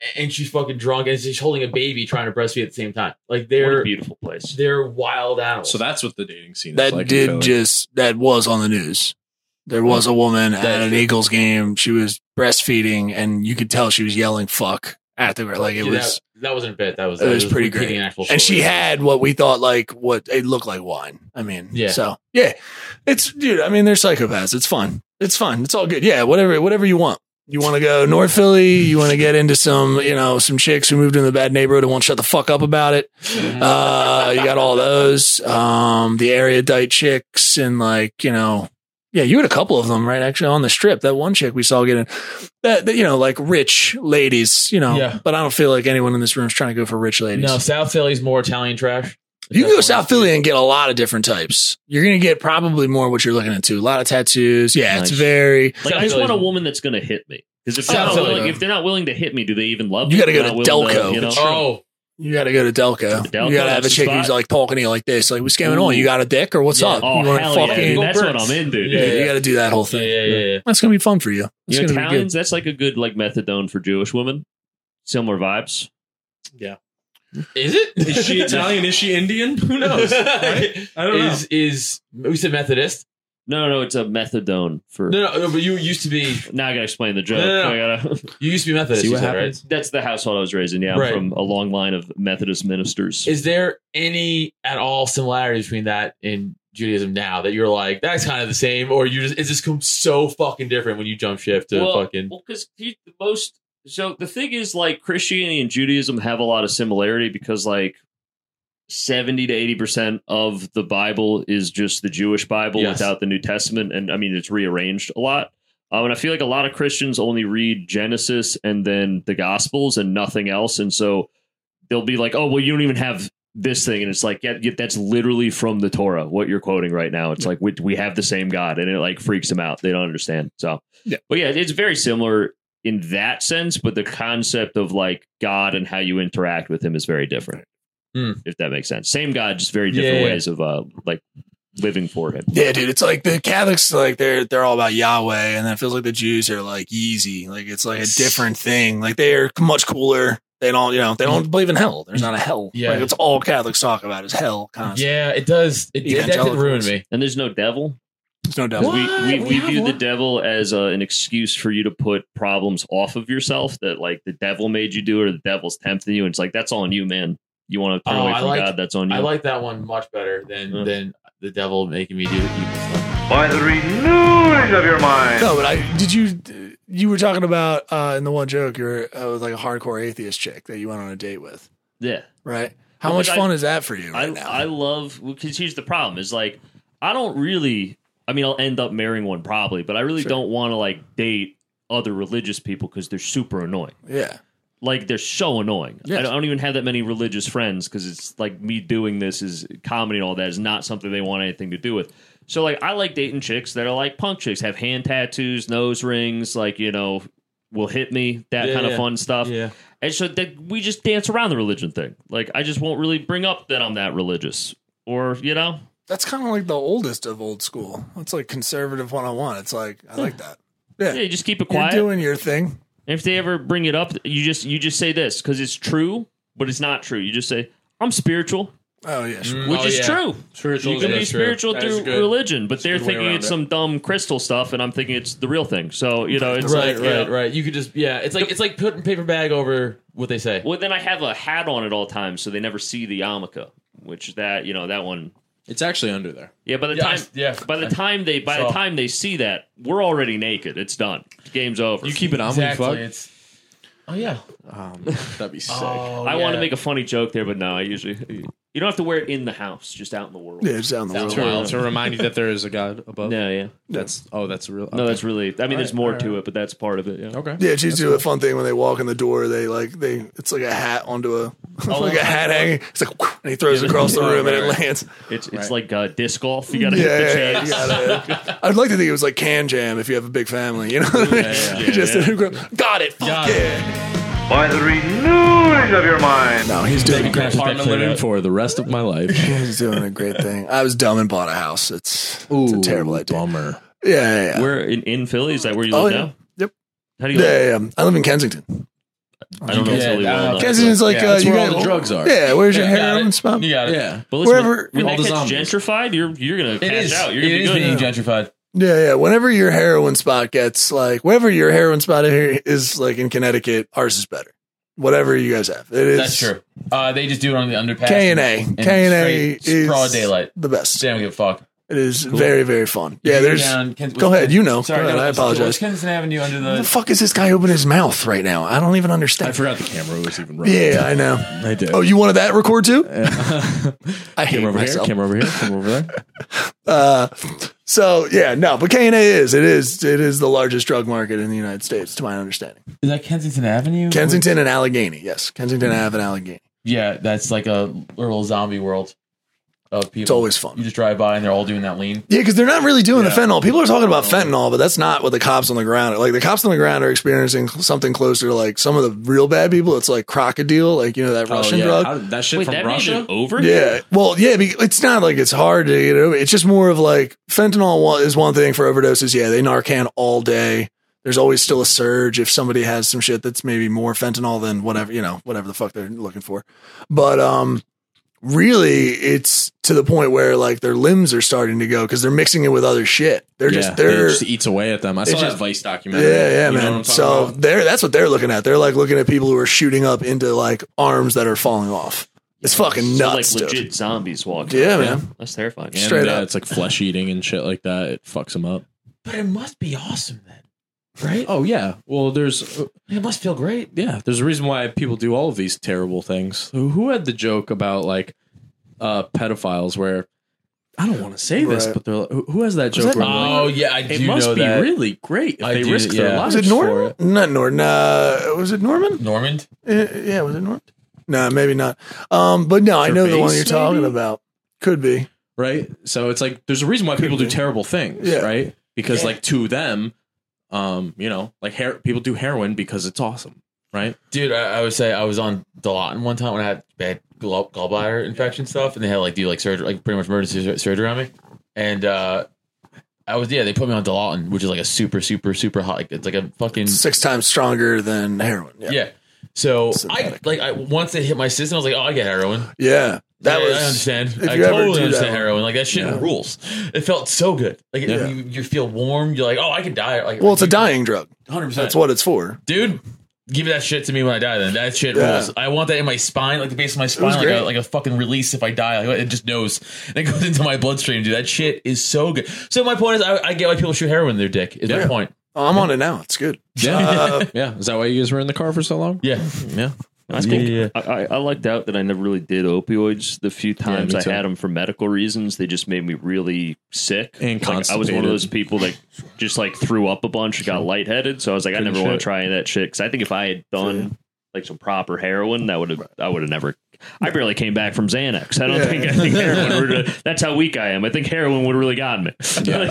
Speaker 14: a- and she's fucking drunk, and she's holding a baby trying to breastfeed at the same time. Like they're
Speaker 8: beautiful place.
Speaker 14: They're wild animals.
Speaker 9: So that's what the dating scene.
Speaker 10: That
Speaker 9: is like in
Speaker 10: did
Speaker 9: Philly.
Speaker 10: just that was on the news. There was a woman at an Eagles game. She was breastfeeding, and you could tell she was yelling "fuck" at the like it
Speaker 14: Yeah,
Speaker 10: was.
Speaker 14: that, that wasn't a bit. That was
Speaker 10: It
Speaker 14: that
Speaker 10: was pretty
Speaker 14: repeating
Speaker 10: great,
Speaker 14: an actual
Speaker 10: and
Speaker 14: story.
Speaker 10: she had what we thought like what it looked like wine. I mean,
Speaker 14: Yeah.
Speaker 10: So yeah, it's dude. I mean, they're psychopaths. It's fun. It's fun. It's all good. Yeah, whatever, whatever you want. You want to go North Philly. You want to get into some, you know, some chicks who moved in the bad neighborhood and won't shut the fuck up about it. Uh, you got all those, um, the erudite chicks and like, you know, yeah, you had a couple of them, right? Actually, on the strip, that one chick we saw getting that, that, you know, like rich ladies, you know.
Speaker 14: Yeah.
Speaker 10: But I don't feel like anyone in this room is trying to go for rich ladies.
Speaker 14: No, South Philly's more Italian trash.
Speaker 10: You can go to South Philly and get a lot of different types. You're going to get probably more what you're looking into. A lot of tattoos. Yeah, it's
Speaker 8: Nice.
Speaker 10: very.
Speaker 8: Like I just want a woman that's gonna hit me. Because if, they're
Speaker 10: Sounds
Speaker 8: not
Speaker 10: like
Speaker 8: willing-
Speaker 10: a-
Speaker 8: if they're not willing to hit me, do they even love
Speaker 10: You
Speaker 8: me?
Speaker 10: got to go
Speaker 8: They're
Speaker 10: to
Speaker 8: not willing
Speaker 10: Delco.
Speaker 8: you know?
Speaker 10: oh, you got to go to Delco.
Speaker 8: Delco,
Speaker 10: You got to have a
Speaker 8: that's
Speaker 10: chick
Speaker 8: the
Speaker 10: who's
Speaker 8: spot.
Speaker 10: like talking to you like this, like what's going on? You got a dick or what's
Speaker 8: Yeah.
Speaker 10: up?
Speaker 8: Oh,
Speaker 10: you wanna
Speaker 8: hell yeah, dude. That's what I'm in, dude.
Speaker 10: Yeah,
Speaker 8: Yeah.
Speaker 10: you got to do that whole thing.
Speaker 8: Yeah, yeah, yeah.
Speaker 10: That's gonna be fun for you. It's
Speaker 8: You know,
Speaker 10: gonna be
Speaker 8: Italians,
Speaker 10: good.
Speaker 8: that's like a good like methadone for Jewish women. Similar vibes.
Speaker 9: Yeah.
Speaker 14: Is it?
Speaker 9: Is she Italian? Is she Indian? Who knows? Right? I don't
Speaker 14: is,
Speaker 9: know.
Speaker 14: Is we said Methodist?
Speaker 8: No, no, it's a methadone for.
Speaker 14: No, no, no, but you used to be.
Speaker 8: Now I gotta explain the joke.
Speaker 14: No, no, no.
Speaker 8: I gotta.
Speaker 14: You used to be Methodist.
Speaker 8: See what
Speaker 14: you said, right?
Speaker 8: happens? That's the household I was raised in. Yeah, I'm
Speaker 14: Right.
Speaker 8: from a long line of Methodist ministers.
Speaker 14: Is there any at all similarity between that and Judaism now that you're like that's kind of the same, or you just it's just com- so fucking different when you jump shift to fucking
Speaker 8: well, because the most. So the thing is, like Christianity and Judaism have a lot of similarity because, like, seventy to eighty percent of the Bible is just the Jewish Bible
Speaker 14: Yes.
Speaker 8: without the New Testament, and I mean it's rearranged a lot. Um, and I feel like a lot of Christians only read Genesis and then the Gospels and nothing else, and so they'll be like, "Oh, well, you don't even have." This thing and it's like yeah, yeah, that's literally from the Torah. What you're quoting right now, it's like we, we have the same God, and it like freaks them out. They don't understand. So but yeah, it's very similar in that sense, but the concept of like God and how you interact with him is very different.
Speaker 14: Hmm.
Speaker 8: If that makes sense. Same God, just very different
Speaker 10: Yeah, yeah.
Speaker 8: ways of uh like living for him.
Speaker 10: Yeah, dude, it's like the Catholics like they're they're all about Yahweh, and then it feels like the Jews are like Yeezy. Like it's like a different thing. Like they're much cooler. They don't, you know, they don't believe in hell. There's not a hell.
Speaker 14: Yeah.
Speaker 10: like, it's all Catholics talk about is hell. Constantly.
Speaker 14: yeah, it does. It, did- that did ruin me.
Speaker 8: And there's no devil.
Speaker 10: There's no
Speaker 8: 'Cause
Speaker 10: devil.
Speaker 8: We, we, we,
Speaker 10: have
Speaker 8: view the
Speaker 10: one.
Speaker 8: devil as uh, an excuse for you to put problems off of yourself that like the devil made you do or the devil's tempting you. And it's like, that's on you, man. You want to turn
Speaker 14: Oh,
Speaker 8: away
Speaker 14: I
Speaker 8: from
Speaker 14: like-
Speaker 8: God, that's on you.
Speaker 14: I like that one much better than than the devil making me do evil stuff.
Speaker 6: By the renewing of your mind.
Speaker 10: No, but I did you you were talking about uh in the one joke you're uh, with like a hardcore atheist chick that you went on a date with,
Speaker 8: yeah.
Speaker 10: right? How
Speaker 8: But,
Speaker 10: much
Speaker 8: like,
Speaker 10: fun
Speaker 8: I-
Speaker 10: is that for you?
Speaker 8: I, I love because here's the problem is like I don't really I mean I'll end up marrying one probably, but I really
Speaker 10: Sure.
Speaker 8: don't want to like date other religious people because they're super annoying.
Speaker 10: Yeah.
Speaker 8: Like they're so annoying.
Speaker 10: Yes.
Speaker 8: I don't even have that many religious friends because it's like me doing this is comedy and all that is not something they want anything to do with. So like I like dating chicks that are like punk chicks, have hand tattoos, nose rings, like you know, will hit me, that
Speaker 14: Yeah,
Speaker 8: kind of
Speaker 14: yeah.
Speaker 8: fun stuff.
Speaker 14: Yeah.
Speaker 8: And so that we just dance around the religion thing. Like I just won't really bring up that I'm that religious, or you know,
Speaker 10: That's kind of like the oldest of old school. It's like conservative 101. It's like I like that. Yeah.
Speaker 8: yeah, you just keep it
Speaker 10: You're
Speaker 8: quiet.
Speaker 10: doing your thing.
Speaker 8: And if they ever bring it up, you just you just say this because it's true, but it's not true. You just say I'm spiritual,
Speaker 10: Oh yeah, sure.
Speaker 8: which is true.
Speaker 9: Spiritual
Speaker 8: you can
Speaker 9: is
Speaker 8: be
Speaker 9: true.
Speaker 8: spiritual
Speaker 9: That is
Speaker 8: through
Speaker 9: good.
Speaker 8: religion, but
Speaker 9: That's a
Speaker 8: they're
Speaker 9: good way
Speaker 8: thinking
Speaker 9: around
Speaker 8: it's
Speaker 9: it.
Speaker 8: some dumb crystal stuff, and I'm thinking it's the real thing. So you know, it's
Speaker 14: right,
Speaker 8: like, you
Speaker 14: right,
Speaker 8: know,
Speaker 14: right. You could just yeah, it's like it's like putting paper bag over what they say.
Speaker 8: Well, then I have a hat on at all times, so they never see the yarmulke, which that you know that one.
Speaker 9: It's actually under there.
Speaker 8: Yeah, by the
Speaker 9: Yeah, I
Speaker 8: time
Speaker 9: s- yeah.
Speaker 8: by the time they by the
Speaker 9: Saw.
Speaker 8: time they see that, we're already naked. It's done. Game's over.
Speaker 9: You keep it on when you Exactly, fuck?
Speaker 14: It's oh yeah.
Speaker 9: Um, that'd be sick.
Speaker 8: I want to make a funny joke there, but no, I usually you don't have to wear it in the house, just out in the world.
Speaker 9: to, to remind you that there is a God above.
Speaker 8: No, yeah.
Speaker 9: That's oh, that's real.
Speaker 8: No, that's really. I mean, there's more to it, but that's part of it. Yeah.
Speaker 9: Okay.
Speaker 10: Yeah, she's
Speaker 9: That's
Speaker 10: do
Speaker 9: cool.
Speaker 10: a fun thing when they walk in the door. They like they it's like a hat onto a
Speaker 8: Oh,
Speaker 10: It's like a hat hanging. It's like, whoosh, and he throws it across the room and it lands.
Speaker 8: It's it's like uh, disc golf. You gotta hit the
Speaker 10: yeah,
Speaker 8: chance.
Speaker 10: you gotta- I'd like to think it was like can jam if you have a big family. You know what I mean? Just got it. Fuck yeah.
Speaker 6: By the renewing of your mind.
Speaker 10: No, he's doing a great
Speaker 6: apartment living
Speaker 10: for the rest of my life. he's doing a great thing. I was dumb and bought a house. It's, it's a terrible idea. Bummer. Yeah, yeah.
Speaker 8: We're in, in Philly. Is that where you
Speaker 10: Oh,
Speaker 8: live
Speaker 10: yeah.
Speaker 8: now?
Speaker 10: Yep.
Speaker 8: How do you?
Speaker 10: yeah,
Speaker 8: live?
Speaker 10: yeah, yeah. I live in Kensington.
Speaker 8: I don't know
Speaker 10: Yeah,
Speaker 8: Philly well
Speaker 10: uh,
Speaker 8: enough.
Speaker 10: Kensington's like, uh,
Speaker 8: that's
Speaker 10: you
Speaker 8: where
Speaker 10: got-
Speaker 8: all the drugs are.
Speaker 10: Yeah, where's your
Speaker 8: You got
Speaker 10: heroin
Speaker 8: it.
Speaker 10: spot?
Speaker 8: You got it. Yeah. But listen,
Speaker 10: Wherever-
Speaker 8: wherever when
Speaker 10: All
Speaker 8: that
Speaker 10: the zombies.
Speaker 8: gets gentrified, you're you're gonna cash out. You're gonna be good.
Speaker 7: gentrified.
Speaker 10: Yeah, yeah. Whenever your heroin spot gets like, wherever your heroin spot here is like in Connecticut, ours is better. Whatever you guys have, it is.
Speaker 7: That's true. Uh, they just do it on the underpass.
Speaker 10: K and A. K and A
Speaker 7: straight
Speaker 10: is
Speaker 7: broad daylight.
Speaker 10: The best.
Speaker 7: Damn, give a fuck.
Speaker 10: It is
Speaker 7: Cool.
Speaker 10: very, very fun.
Speaker 7: You
Speaker 10: Yeah,
Speaker 7: go
Speaker 10: there's.
Speaker 7: down Kens-
Speaker 10: go ahead. You know.
Speaker 7: Sorry,
Speaker 10: go ahead,
Speaker 7: no,
Speaker 10: I
Speaker 7: it's- it's
Speaker 10: apologize.
Speaker 7: Kensington Avenue under the.
Speaker 10: the fuck is this guy opening his mouth right now? I don't even understand.
Speaker 9: I forgot the camera was even rolling.
Speaker 10: Yeah, I know.
Speaker 9: I did.
Speaker 10: Oh, you wanted that record too? I hate
Speaker 9: camera over
Speaker 10: myself.
Speaker 9: here, camera over here, camera over there.
Speaker 10: Uh, so yeah, no, but K and A is it is it is the largest drug market in the United States, to my understanding.
Speaker 7: Is that Kensington Avenue?
Speaker 10: Kensington and Allegheny, yes, Kensington Ave and Allegheny.
Speaker 7: Yeah, that's like a little zombie world of people. It's
Speaker 10: always fun.
Speaker 7: You just drive by and they're all doing that lean.
Speaker 10: Yeah, because they're not really doing the fentanyl. People are talking about fentanyl, but that's not what the cops on the ground are like. The cops on the ground are experiencing something closer to like some of the real bad people. It's like crocodile, like you know that
Speaker 9: Oh,
Speaker 10: Russian
Speaker 9: yeah.
Speaker 10: drug.
Speaker 9: How did that shit
Speaker 8: Wait,
Speaker 9: from
Speaker 8: that made
Speaker 9: Russia
Speaker 8: it over
Speaker 10: Yeah. Well, yeah, be- it's not like it's hard to get over. It's just more of like fentanyl wa- is one thing for overdoses. Yeah, they Narcan all day. There's always still a surge if somebody has some shit that's maybe more fentanyl than whatever, you know, whatever the fuck they're looking for. But um really it's to the point where like their limbs are starting to go cuz they're mixing it with other shit. They're
Speaker 9: Yeah,
Speaker 10: just they're
Speaker 9: it just eats away at them. I
Speaker 10: they
Speaker 9: saw that
Speaker 10: just-
Speaker 9: Vice documentary.
Speaker 10: yeah, yeah,
Speaker 9: You know what I'm
Speaker 10: man.
Speaker 9: talking
Speaker 10: So
Speaker 9: about?
Speaker 10: they're that's what they're looking at. They're like looking at people who are shooting up into like arms that are falling off. It's fucking
Speaker 8: So,
Speaker 10: nuts.
Speaker 8: like
Speaker 10: dude.
Speaker 8: legit zombies walking.
Speaker 10: Yeah,
Speaker 8: around.
Speaker 10: man.
Speaker 8: That's terrifying.
Speaker 9: And,
Speaker 10: Straight
Speaker 9: uh,
Speaker 10: up.
Speaker 9: it's like flesh eating and shit like that. It fucks them up.
Speaker 7: But it must be awesome then,
Speaker 9: Right? Oh yeah. Well, there's uh,
Speaker 7: It must feel great.
Speaker 9: yeah, there's a reason why people do all of these terrible things. Who, who had the joke about like uh pedophiles where I don't want to say this,
Speaker 7: Right.
Speaker 9: but they're like, who, who has that joke?
Speaker 7: that-
Speaker 9: where they're like,
Speaker 7: Oh, yeah, I
Speaker 9: it
Speaker 7: do
Speaker 9: must
Speaker 7: know
Speaker 9: be
Speaker 7: that."
Speaker 9: really great if
Speaker 7: I
Speaker 9: they
Speaker 7: do,
Speaker 9: risk
Speaker 7: yeah.
Speaker 9: their
Speaker 10: Was
Speaker 9: lives
Speaker 10: it
Speaker 9: for
Speaker 10: Norman?
Speaker 9: it.
Speaker 10: Not Norton. Uh, was it Norman?
Speaker 7: Normand?
Speaker 10: Uh, yeah, was it Norman? No, maybe not. Um, but no, I know the one
Speaker 9: Gervais,
Speaker 10: you're talking
Speaker 9: maybe?
Speaker 10: about. Could be.
Speaker 9: Right? So it's like there's a reason why people do terrible things,
Speaker 10: Yeah.
Speaker 9: right? Because like to them, um, you know, like hair people do heroin because it's awesome, right?
Speaker 7: Dude, I, I would say I was on Dilaudin one time when I had bad gall- gallbladder infection stuff, and they had like do like surgery, like pretty much emergency sur- surgery on me. And uh I was yeah, they put me on Dilaudin, which is like a super, super, super hot. Like, it's like a fucking
Speaker 10: Six times stronger than heroin.
Speaker 7: yeah. So I like I once it hit my system, I was like, oh, I get heroin.
Speaker 10: Yeah. That
Speaker 7: I,
Speaker 10: was.
Speaker 7: I understand.
Speaker 10: if
Speaker 7: I
Speaker 10: you ever do
Speaker 7: totally
Speaker 10: that
Speaker 7: understand
Speaker 10: one.
Speaker 7: heroin. Like that shit
Speaker 10: Yeah.
Speaker 7: rules. It felt so good. Like it-
Speaker 10: Yeah.
Speaker 7: you, you feel warm. You're like, oh, I could die. Like,
Speaker 10: Well, it's a dying drug.
Speaker 7: 100%.
Speaker 10: That's what it's for.
Speaker 7: dude. Give that shit to me when I die. Then that shit
Speaker 10: Yeah.
Speaker 7: rules. I want that in my spine, like the base of my spine,
Speaker 10: was
Speaker 7: like
Speaker 10: great.
Speaker 7: a, like a fucking release. If I die, like, it just knows. And it goes into my bloodstream, dude. That shit is so good. So my point is, I, I get why people shoot heroin in their dick. Is
Speaker 9: Yeah.
Speaker 7: my point.
Speaker 10: Oh, I'm on it now. It's good.
Speaker 9: Yeah.
Speaker 10: Uh,
Speaker 9: yeah. Is that why you guys were in the car for so long?
Speaker 7: Yeah.
Speaker 9: Yeah.
Speaker 8: That's cool. I, I, I lucked out that I never really did opioids. The few times
Speaker 9: me
Speaker 8: I
Speaker 9: too.
Speaker 8: had them for medical reasons, they just made me really sick.
Speaker 9: And
Speaker 8: like, I was one
Speaker 9: constipated.
Speaker 8: of those people that just like threw up a bunch, got lightheaded. So I was like, I
Speaker 9: Couldn't
Speaker 8: never want
Speaker 9: shit.
Speaker 8: to try that shit because I think if I had done like some proper heroin, that would have I would have never. I barely came back from Xanax. I don't
Speaker 10: Yeah.
Speaker 8: think I think heroin. Would have, that's how weak I am. I think heroin would have really gotten me. you know, I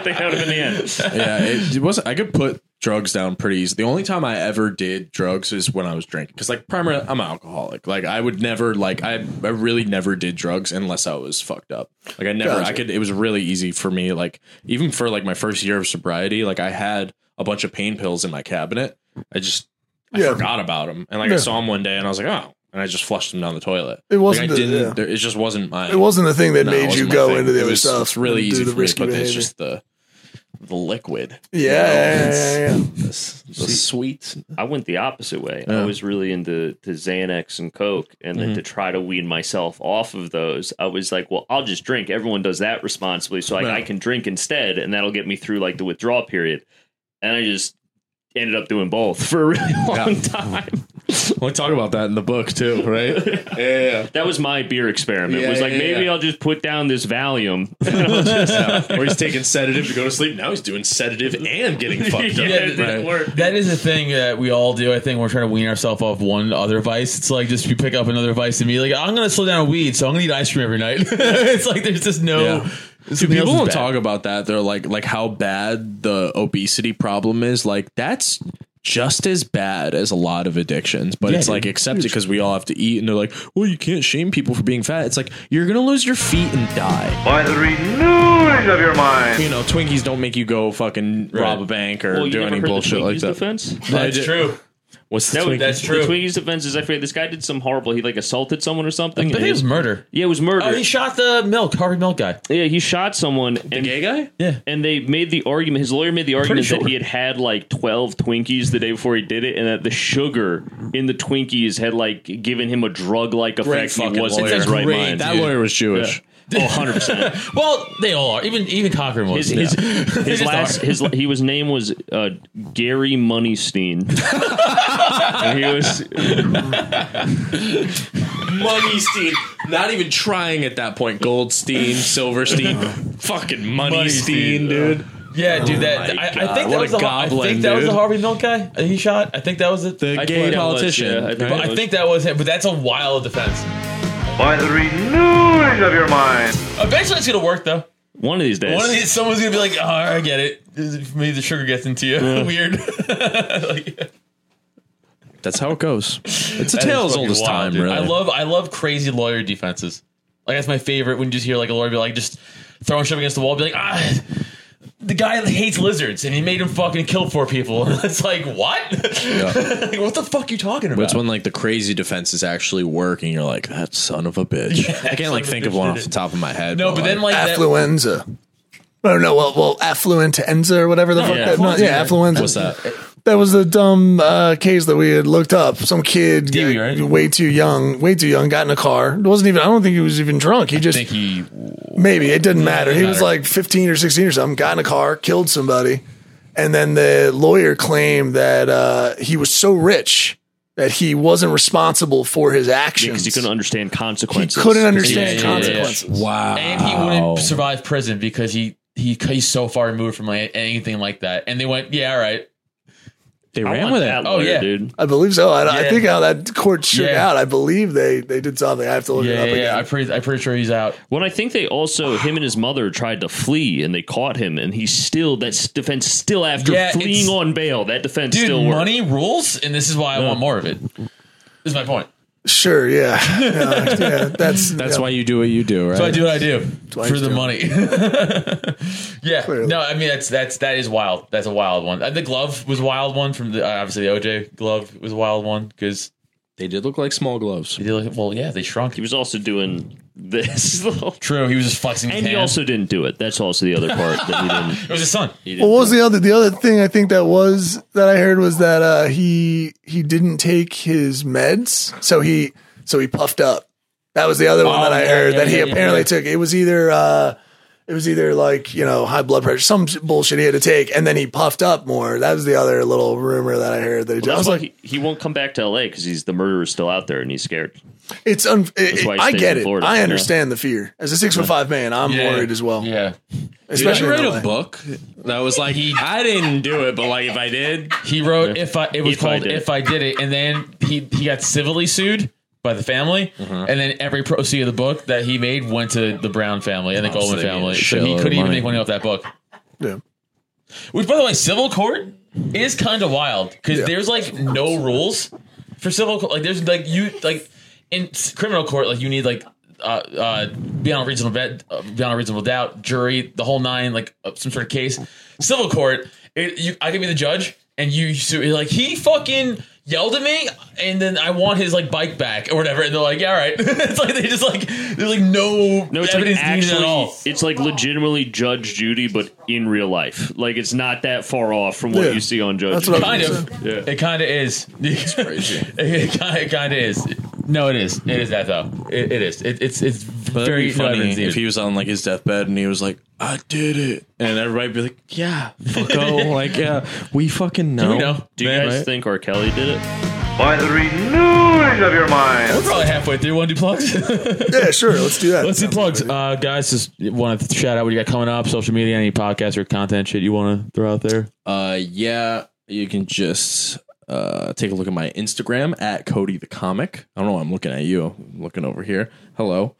Speaker 8: think that would have been the end.
Speaker 9: yeah, it, it wasn't. I could put drugs down pretty easy. The only time I ever did drugs is when I was drinking. Because like primarily, I'm an alcoholic. Like I would never like I I really never did drugs unless I was fucked up. Like I never I
Speaker 10: Gotcha.
Speaker 9: could. It was really easy for me. Like even for like my first year of sobriety, like I had a bunch of pain pills in my cabinet. I just I
Speaker 10: Yeah.
Speaker 9: forgot about them, and like
Speaker 10: Yeah.
Speaker 9: I saw them one day, and I was like, oh. And I just flushed them down the toilet.
Speaker 10: It wasn't
Speaker 9: Like, I
Speaker 10: the-
Speaker 9: didn't.
Speaker 10: yeah.
Speaker 9: there- it just wasn't my.
Speaker 10: It wasn't the thing that
Speaker 9: No, it
Speaker 10: made you
Speaker 9: wasn't my
Speaker 10: go
Speaker 9: thing.
Speaker 10: into the
Speaker 9: It
Speaker 10: other
Speaker 9: was-
Speaker 10: stuff
Speaker 9: It's really
Speaker 10: and do
Speaker 9: easy
Speaker 10: the
Speaker 9: for me,
Speaker 10: risky
Speaker 9: but it's
Speaker 10: behavior.
Speaker 9: just the the liquid.
Speaker 10: Yeah, yeah, yeah, yeah.
Speaker 9: The, s- the sweet.
Speaker 8: I went the opposite way.
Speaker 9: Yeah.
Speaker 8: I was really into to Xanax and Coke, and then
Speaker 9: Mhm.
Speaker 8: to try to wean myself off of those, I was like, "Well, I'll just drink. Everyone does that responsibly, so like
Speaker 9: Right.
Speaker 8: I can drink instead, and that'll get me through like the withdrawal period." And I just ended up doing both for a really long time.
Speaker 9: We talk about that in the book too, right? Yeah.
Speaker 8: That was my beer experiment.
Speaker 9: Yeah,
Speaker 8: was like
Speaker 9: yeah,
Speaker 8: maybe
Speaker 9: yeah.
Speaker 8: I'll just put down this Valium.
Speaker 9: Or he's taking sedative to go to sleep. Now he's doing sedative and getting fucked up.
Speaker 7: Yeah, that- that is a thing that we all do. I think we're trying to wean ourselves off one other vice. It's like just you pick up another vice and be like, I'm going to slow down on weed, so I'm going to eat ice cream every night. it's like there's just no.
Speaker 9: Dude,
Speaker 7: something else
Speaker 9: people
Speaker 7: is
Speaker 9: don't
Speaker 7: bad.
Speaker 9: talk about that. They're like, like how bad the obesity problem is. Like that's just as bad as a lot of addictions, but
Speaker 7: Yeah,
Speaker 9: it's like
Speaker 7: dude.
Speaker 9: accepted because we all have to eat. And they're like, well, you can't shame people for being fat. It's like you're gonna lose your feet and die.
Speaker 6: By the renewing of your mind.
Speaker 9: You know, Twinkies don't make you go fucking rob a bank or
Speaker 8: Well, you
Speaker 9: do
Speaker 8: never
Speaker 9: any
Speaker 8: heard the
Speaker 9: bullshit like
Speaker 8: Twinkies
Speaker 9: that.
Speaker 8: defense?
Speaker 9: No, I
Speaker 8: That's
Speaker 9: did-
Speaker 8: true.
Speaker 9: What's the
Speaker 8: That was,
Speaker 9: Twinkie-
Speaker 8: the Twinkies defense is I forget this guy did some horrible. He like assaulted someone or something.
Speaker 7: I think it was murder.
Speaker 8: Yeah, it was murder.
Speaker 7: Oh, he shot the milk, Harvey Milk guy.
Speaker 8: Yeah, he shot someone. The
Speaker 9: gay guy?
Speaker 7: Yeah.
Speaker 8: And they made the argument, his lawyer made the argument
Speaker 7: sure.
Speaker 8: that he had had like 12 Twinkies the day before he did it and that the sugar in the Twinkies had like given him a drug like effect. and He wasn't in his right mind.
Speaker 9: That lawyer was Jewish.
Speaker 8: Yeah. Oh, 100%.
Speaker 7: Well, they all are. Even even Cochran was.
Speaker 8: His, his,
Speaker 7: Yeah. They
Speaker 8: his
Speaker 7: just
Speaker 8: last
Speaker 7: are.
Speaker 8: his he was name was uh, Gary Moneystein. and he was
Speaker 9: Moneystein. Not even trying at that point. Goldstein, Silverstein, fucking Moneystein, dude.
Speaker 7: Yeah, dude. That
Speaker 9: Oh my
Speaker 7: I, I
Speaker 9: God,
Speaker 7: think
Speaker 9: what
Speaker 7: that
Speaker 9: a
Speaker 7: was the I
Speaker 9: goblin,
Speaker 7: think that was the
Speaker 9: dude.
Speaker 7: Harvey Milk guy. that He shot. I think that was the,
Speaker 9: the gay politician,
Speaker 7: I, think,
Speaker 9: right?
Speaker 7: but I think that was him. But that's a wild defense.
Speaker 6: By the renewing of your mind.
Speaker 7: Eventually, it's gonna work though.
Speaker 8: One of these days.
Speaker 7: One of these, someone's gonna be like, "Oh, I get it. Maybe the sugar gets into you. Weird."
Speaker 9: That's how it goes. It's
Speaker 7: That
Speaker 9: a
Speaker 7: is
Speaker 9: tale as
Speaker 7: fucking
Speaker 9: old as
Speaker 7: wild,
Speaker 9: time,
Speaker 7: dude.
Speaker 9: really.
Speaker 7: I love I love crazy lawyer defenses. Like that's my favorite when you just hear like a lawyer be like just throwing shit against the wall, be like, ah the guy hates lizards and he made him fucking kill four people. it's like, what? Like, what the fuck you talking
Speaker 9: But
Speaker 7: about?
Speaker 9: it's when like the crazy defenses actually work, and you're like, "That son of a bitch." I can't like think of one off the top of my head.
Speaker 7: No, but then, like, that-
Speaker 10: Affluenza. I don't know. Well, well, affluentenza or whatever the
Speaker 9: No,
Speaker 10: fuck.
Speaker 9: yeah,
Speaker 10: that, no,
Speaker 9: affluenza.
Speaker 10: yeah, affluenza.
Speaker 9: What's that?
Speaker 10: That was the dumb uh, case that we had looked up. Some kid, got- way too young, way too young, got in a car. It wasn't even. I don't think he was even drunk. He just
Speaker 7: he
Speaker 10: maybe it didn't matter. He was
Speaker 7: matter.
Speaker 10: like fifteen or sixteen or something. Got in a car, killed somebody, and then the lawyer claimed that uh, he was so rich that he wasn't responsible for his actions.
Speaker 8: because you couldn't understand consequences.
Speaker 10: couldn't understand consequences.
Speaker 9: Wow.
Speaker 7: And he wouldn't survive prison because he he he's so far removed from like anything like that. And they went, yeah, all right.
Speaker 9: They
Speaker 10: ran with it.
Speaker 7: Oh yeah,
Speaker 8: dude.
Speaker 10: I believe so. I, I
Speaker 7: Yeah.
Speaker 10: think how that court shook
Speaker 7: Yeah.
Speaker 10: out. I believe they they did something. I have to look it
Speaker 7: Yeah,
Speaker 10: up
Speaker 7: yeah,
Speaker 10: again.
Speaker 7: yeah. I'm pretty, I'm pretty sure he's out.
Speaker 8: Well, I think they also him and his mother tried to flee, and they caught him, and he still that s- defense still after
Speaker 7: Yeah,
Speaker 8: fleeing
Speaker 7: it's-
Speaker 8: on bail. That defense
Speaker 7: Dude,
Speaker 8: still worked.
Speaker 7: money rules, and this is why I want more of it. This is my point.
Speaker 10: Sure, yeah, yeah, yeah, that's
Speaker 9: That's
Speaker 10: yeah.
Speaker 9: why you do what you do, right?
Speaker 7: So I do what I do
Speaker 10: why
Speaker 7: for
Speaker 10: he's
Speaker 7: the
Speaker 10: doing
Speaker 7: money. yeah, no, I mean that's that's that is wild. That's a wild one. Uh, The glove was a wild one from the uh, obviously the OJ glove was a wild one because
Speaker 9: they did look like small gloves.
Speaker 7: They did look, well, yeah, they shrunk.
Speaker 8: He was also doing this.
Speaker 7: True, he was just flexing.
Speaker 8: And he also didn't do it. That's also the other part that he didn't.
Speaker 7: It was his son.
Speaker 10: Well, what was the other the other thing I think that was that I heard was that uh, he he didn't take his meds, so he so he puffed up. That was the other one that
Speaker 7: Oh,
Speaker 10: I
Speaker 7: yeah,
Speaker 10: heard
Speaker 7: yeah,
Speaker 10: that he
Speaker 7: yeah, yeah,
Speaker 10: apparently
Speaker 7: yeah.
Speaker 10: took. It was either uh, it was either like you know high blood pressure, some bullshit he had to take, and then he puffed up more. That was the other little rumor that I heard. That he
Speaker 8: Well,
Speaker 10: did. I
Speaker 8: that's
Speaker 10: was
Speaker 8: why
Speaker 10: like,
Speaker 8: he, he won't come back to L.A. because he's the murderer's still out there and he's scared.
Speaker 10: it's un- it,
Speaker 8: why he
Speaker 10: I
Speaker 8: stays
Speaker 10: get
Speaker 8: in
Speaker 10: it.
Speaker 8: Florida,
Speaker 10: I
Speaker 8: yeah.
Speaker 10: understand the fear as a six foot five man. I'm
Speaker 9: Yeah.
Speaker 10: worried as well.
Speaker 7: Yeah,
Speaker 10: especially
Speaker 9: Did I
Speaker 10: in
Speaker 9: write
Speaker 10: LA.
Speaker 9: a book that was like he. I didn't do it, but like if I did,
Speaker 7: He wrote if I it was
Speaker 9: If I
Speaker 7: called
Speaker 9: did
Speaker 7: if I did it, and then he he got civilly sued by the family,
Speaker 9: Mm-hmm.
Speaker 7: and then every proceed of the book that he made went to the Brown family and the
Speaker 9: Obviously,
Speaker 7: Goldman
Speaker 9: they made a
Speaker 7: family, so he
Speaker 9: shitload of
Speaker 7: couldn't even
Speaker 9: money.
Speaker 7: make money off that book.
Speaker 10: Yeah.
Speaker 7: Which, by the way, civil court is kind of wild because there's like no rules for civil court. Like there's like you like in s- criminal court, like you need like uh, uh, beyond reasonable bet, uh, beyond reasonable doubt, jury, the whole nine, like uh, some sort of case. Civil court, it, you, I can be the judge, and you so you're like he fucking yelled at me, and then I want his like bike back or whatever, and they're like, yeah, all right. it's like they just like there's like no
Speaker 8: No, it's like
Speaker 7: evidence needed at
Speaker 8: actually,
Speaker 7: all.
Speaker 8: it's like legitimately Judge Judy, but in real life. Like it's not that far off from what
Speaker 7: Yeah.
Speaker 8: you see on Judge.
Speaker 7: That's
Speaker 8: Judy.
Speaker 7: what I was Kind gonna It kind of is. It's crazy. it kind of is. No, it is. It is that though. It, it is. It, it's it's
Speaker 9: But that'd
Speaker 7: very
Speaker 9: be funny
Speaker 7: funny.
Speaker 9: if he was on like his deathbed and he was like, "I did it," and everybody'd be like, "Yeah, fuck oh, like yeah, we fucking know."
Speaker 8: Do you guys think R. Kelly did it?
Speaker 6: by the renewing of your mind.
Speaker 7: We're probably halfway through. Want to do plugs?
Speaker 10: yeah, sure. Let's do that.
Speaker 7: Let's do plugs, uh, guys. Just want to shout out what you got coming up, social media, any podcasts or content shit you want to throw out there.
Speaker 9: Uh, yeah, you can just uh, take a look at my Instagram at Cody the Comic. I don't know why I'm looking at you. I'm looking over here. Hello.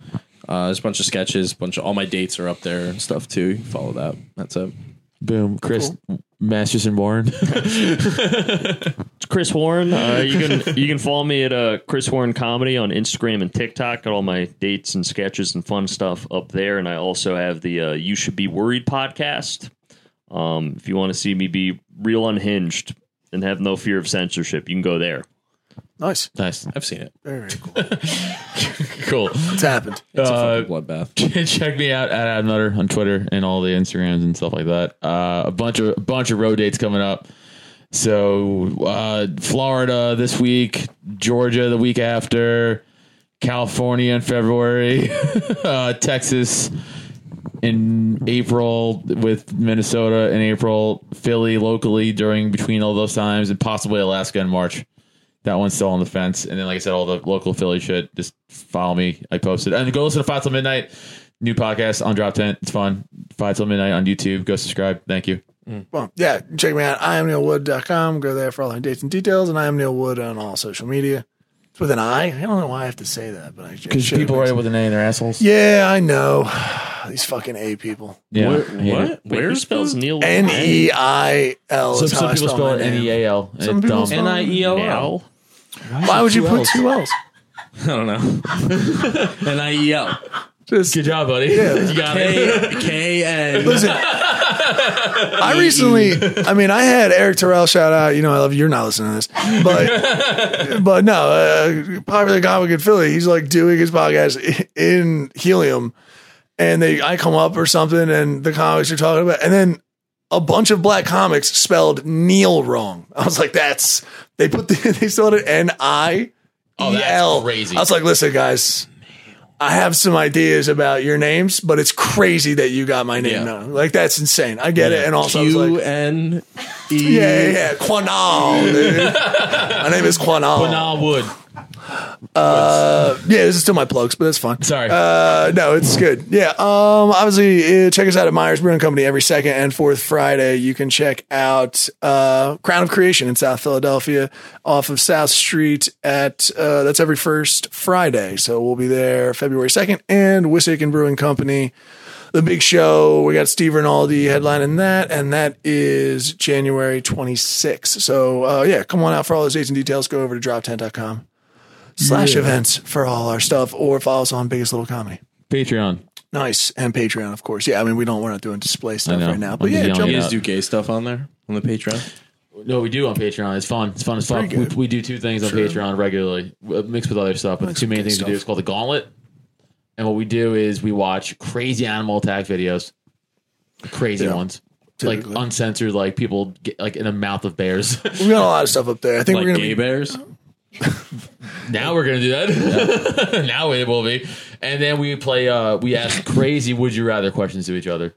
Speaker 9: Uh, there's a bunch of sketches, bunch of all my dates are up there and stuff too. You can follow that. That's it.
Speaker 7: Boom, Chris Masterson Warren.
Speaker 8: It's Chris Warren. Uh, you can you can follow me at uh, Chris Warren Comedy on Instagram and TikTok. Got all my dates and sketches and fun stuff up there, and I also have the uh, You Should Be Worried podcast. Um, if you want to see me be real unhinged and have no fear of censorship, you can go there.
Speaker 10: Nice,
Speaker 7: nice.
Speaker 9: I've seen it.
Speaker 10: Very, very cool.
Speaker 7: cool. Uh,
Speaker 10: It's happened.
Speaker 9: It's a fucking bloodbath.
Speaker 7: Check me out at Adam Nutter on Twitter and all the Instagrams and stuff like that. Uh, a bunch of a bunch of road dates coming up. So uh, Florida this week, Georgia the week after, California in February, uh, Texas in April with Minnesota in April, Philly locally during between all those times, and possibly Alaska in March. That one's still on the fence. And then, like I said, all the local Philly shit. Just follow me. I posted and go listen to Five Till Midnight, new podcast on Drop Tent. It's fun. Five Till Midnight on YouTube. Go subscribe. Thank you.
Speaker 10: Well, yeah, check me out. I am neilwood.com. Go there for all my dates and details. And I am Neil Wood on all social media. It's with an I. I don't know why I have to say that, but I just.
Speaker 7: Because people write it with an A in their assholes.
Speaker 10: Yeah, I know. These fucking A people.
Speaker 7: Yeah.
Speaker 10: Where-
Speaker 7: I hate
Speaker 10: what?
Speaker 7: it.
Speaker 10: Where Who spells
Speaker 8: Neil
Speaker 10: with an A?
Speaker 9: E
Speaker 10: N-E-I-L
Speaker 7: Some,
Speaker 10: is how
Speaker 7: some
Speaker 10: I
Speaker 7: people
Speaker 10: spell
Speaker 7: spell
Speaker 10: my
Speaker 7: it
Speaker 10: name.
Speaker 7: N E A L.
Speaker 10: Some people spell it E
Speaker 7: N-I-E-L.
Speaker 10: Why would you put two L's?
Speaker 9: I don't know. N I E L.
Speaker 10: Just
Speaker 7: good job, buddy.
Speaker 10: Yeah.
Speaker 7: you got
Speaker 9: K
Speaker 7: it.
Speaker 9: K N.
Speaker 10: Listen, I recently, I mean, I had Eric Terrell shout out. You know, I love you. You're not listening to this, but but no, uh, popular comic in Philly. He's like doing his podcast i- in Helium, and they I come up or something, and the comics are talking about, and then a bunch of black comics spelled Neil wrong. I was like, that's they put the, they spelled it N I
Speaker 7: Oh,
Speaker 10: E
Speaker 7: that's
Speaker 10: L.
Speaker 7: crazy.
Speaker 10: I was like, listen, guys. I have some ideas about your names, but it's crazy that you got my name
Speaker 9: Yeah.
Speaker 10: wrong. Like that's insane. I get it, and also I was like,
Speaker 9: Q N E.
Speaker 10: yeah, yeah, yeah, Quanal. dude. my name is Quanal.
Speaker 7: Quanal Wood.
Speaker 10: Uh, yeah, this is still my plugs, but that's fine. Sorry. Uh, no, it's good. Yeah. Um, obviously, uh, check us out at Myers Brewing Company every second and fourth Friday. You can check out uh, Crown of Creation in South Philadelphia, off of South Street. At uh, that's every first Friday, so we'll be there February second. And Wissahickon Brewing Company the big show. We got Steve Rinaldi headlining that, and that is January 26th. So, uh, yeah, come on out for all those dates and details. Go over to drop10.com slash
Speaker 7: Yeah.
Speaker 10: events for all our stuff, or follow us on Biggest Little Comedy.
Speaker 7: Patreon.
Speaker 10: Nice. And Patreon, of course. Yeah, I mean, we don't, we're not doing display stuff
Speaker 7: know.
Speaker 10: right now,
Speaker 7: I'm
Speaker 10: but
Speaker 7: just
Speaker 10: yeah,
Speaker 7: yelling
Speaker 10: jump
Speaker 7: it
Speaker 10: in.
Speaker 7: out.
Speaker 9: Do gay stuff on there on the Patreon.
Speaker 7: No, we do on Patreon. It's fun. It's fun as fuck.
Speaker 9: Pretty
Speaker 7: We,
Speaker 9: good.
Speaker 7: we do two things on
Speaker 9: Sure.
Speaker 7: Patreon regularly, w- mixed with other stuff. But
Speaker 9: Like
Speaker 7: the two main
Speaker 9: good
Speaker 7: things we do
Speaker 9: stuff.
Speaker 7: is called the Gauntlet, and what we do is we watch crazy animal attack videos, crazy
Speaker 10: Yeah.
Speaker 7: ones, like uncensored, like people get, like in the mouth of bears.
Speaker 10: We got a lot of stuff up there. I think
Speaker 7: Like
Speaker 10: we're going to be
Speaker 7: gay
Speaker 9: bears.
Speaker 7: now we're gonna do that. now it will be, and then we play. uh We ask crazy would you rather questions to each other,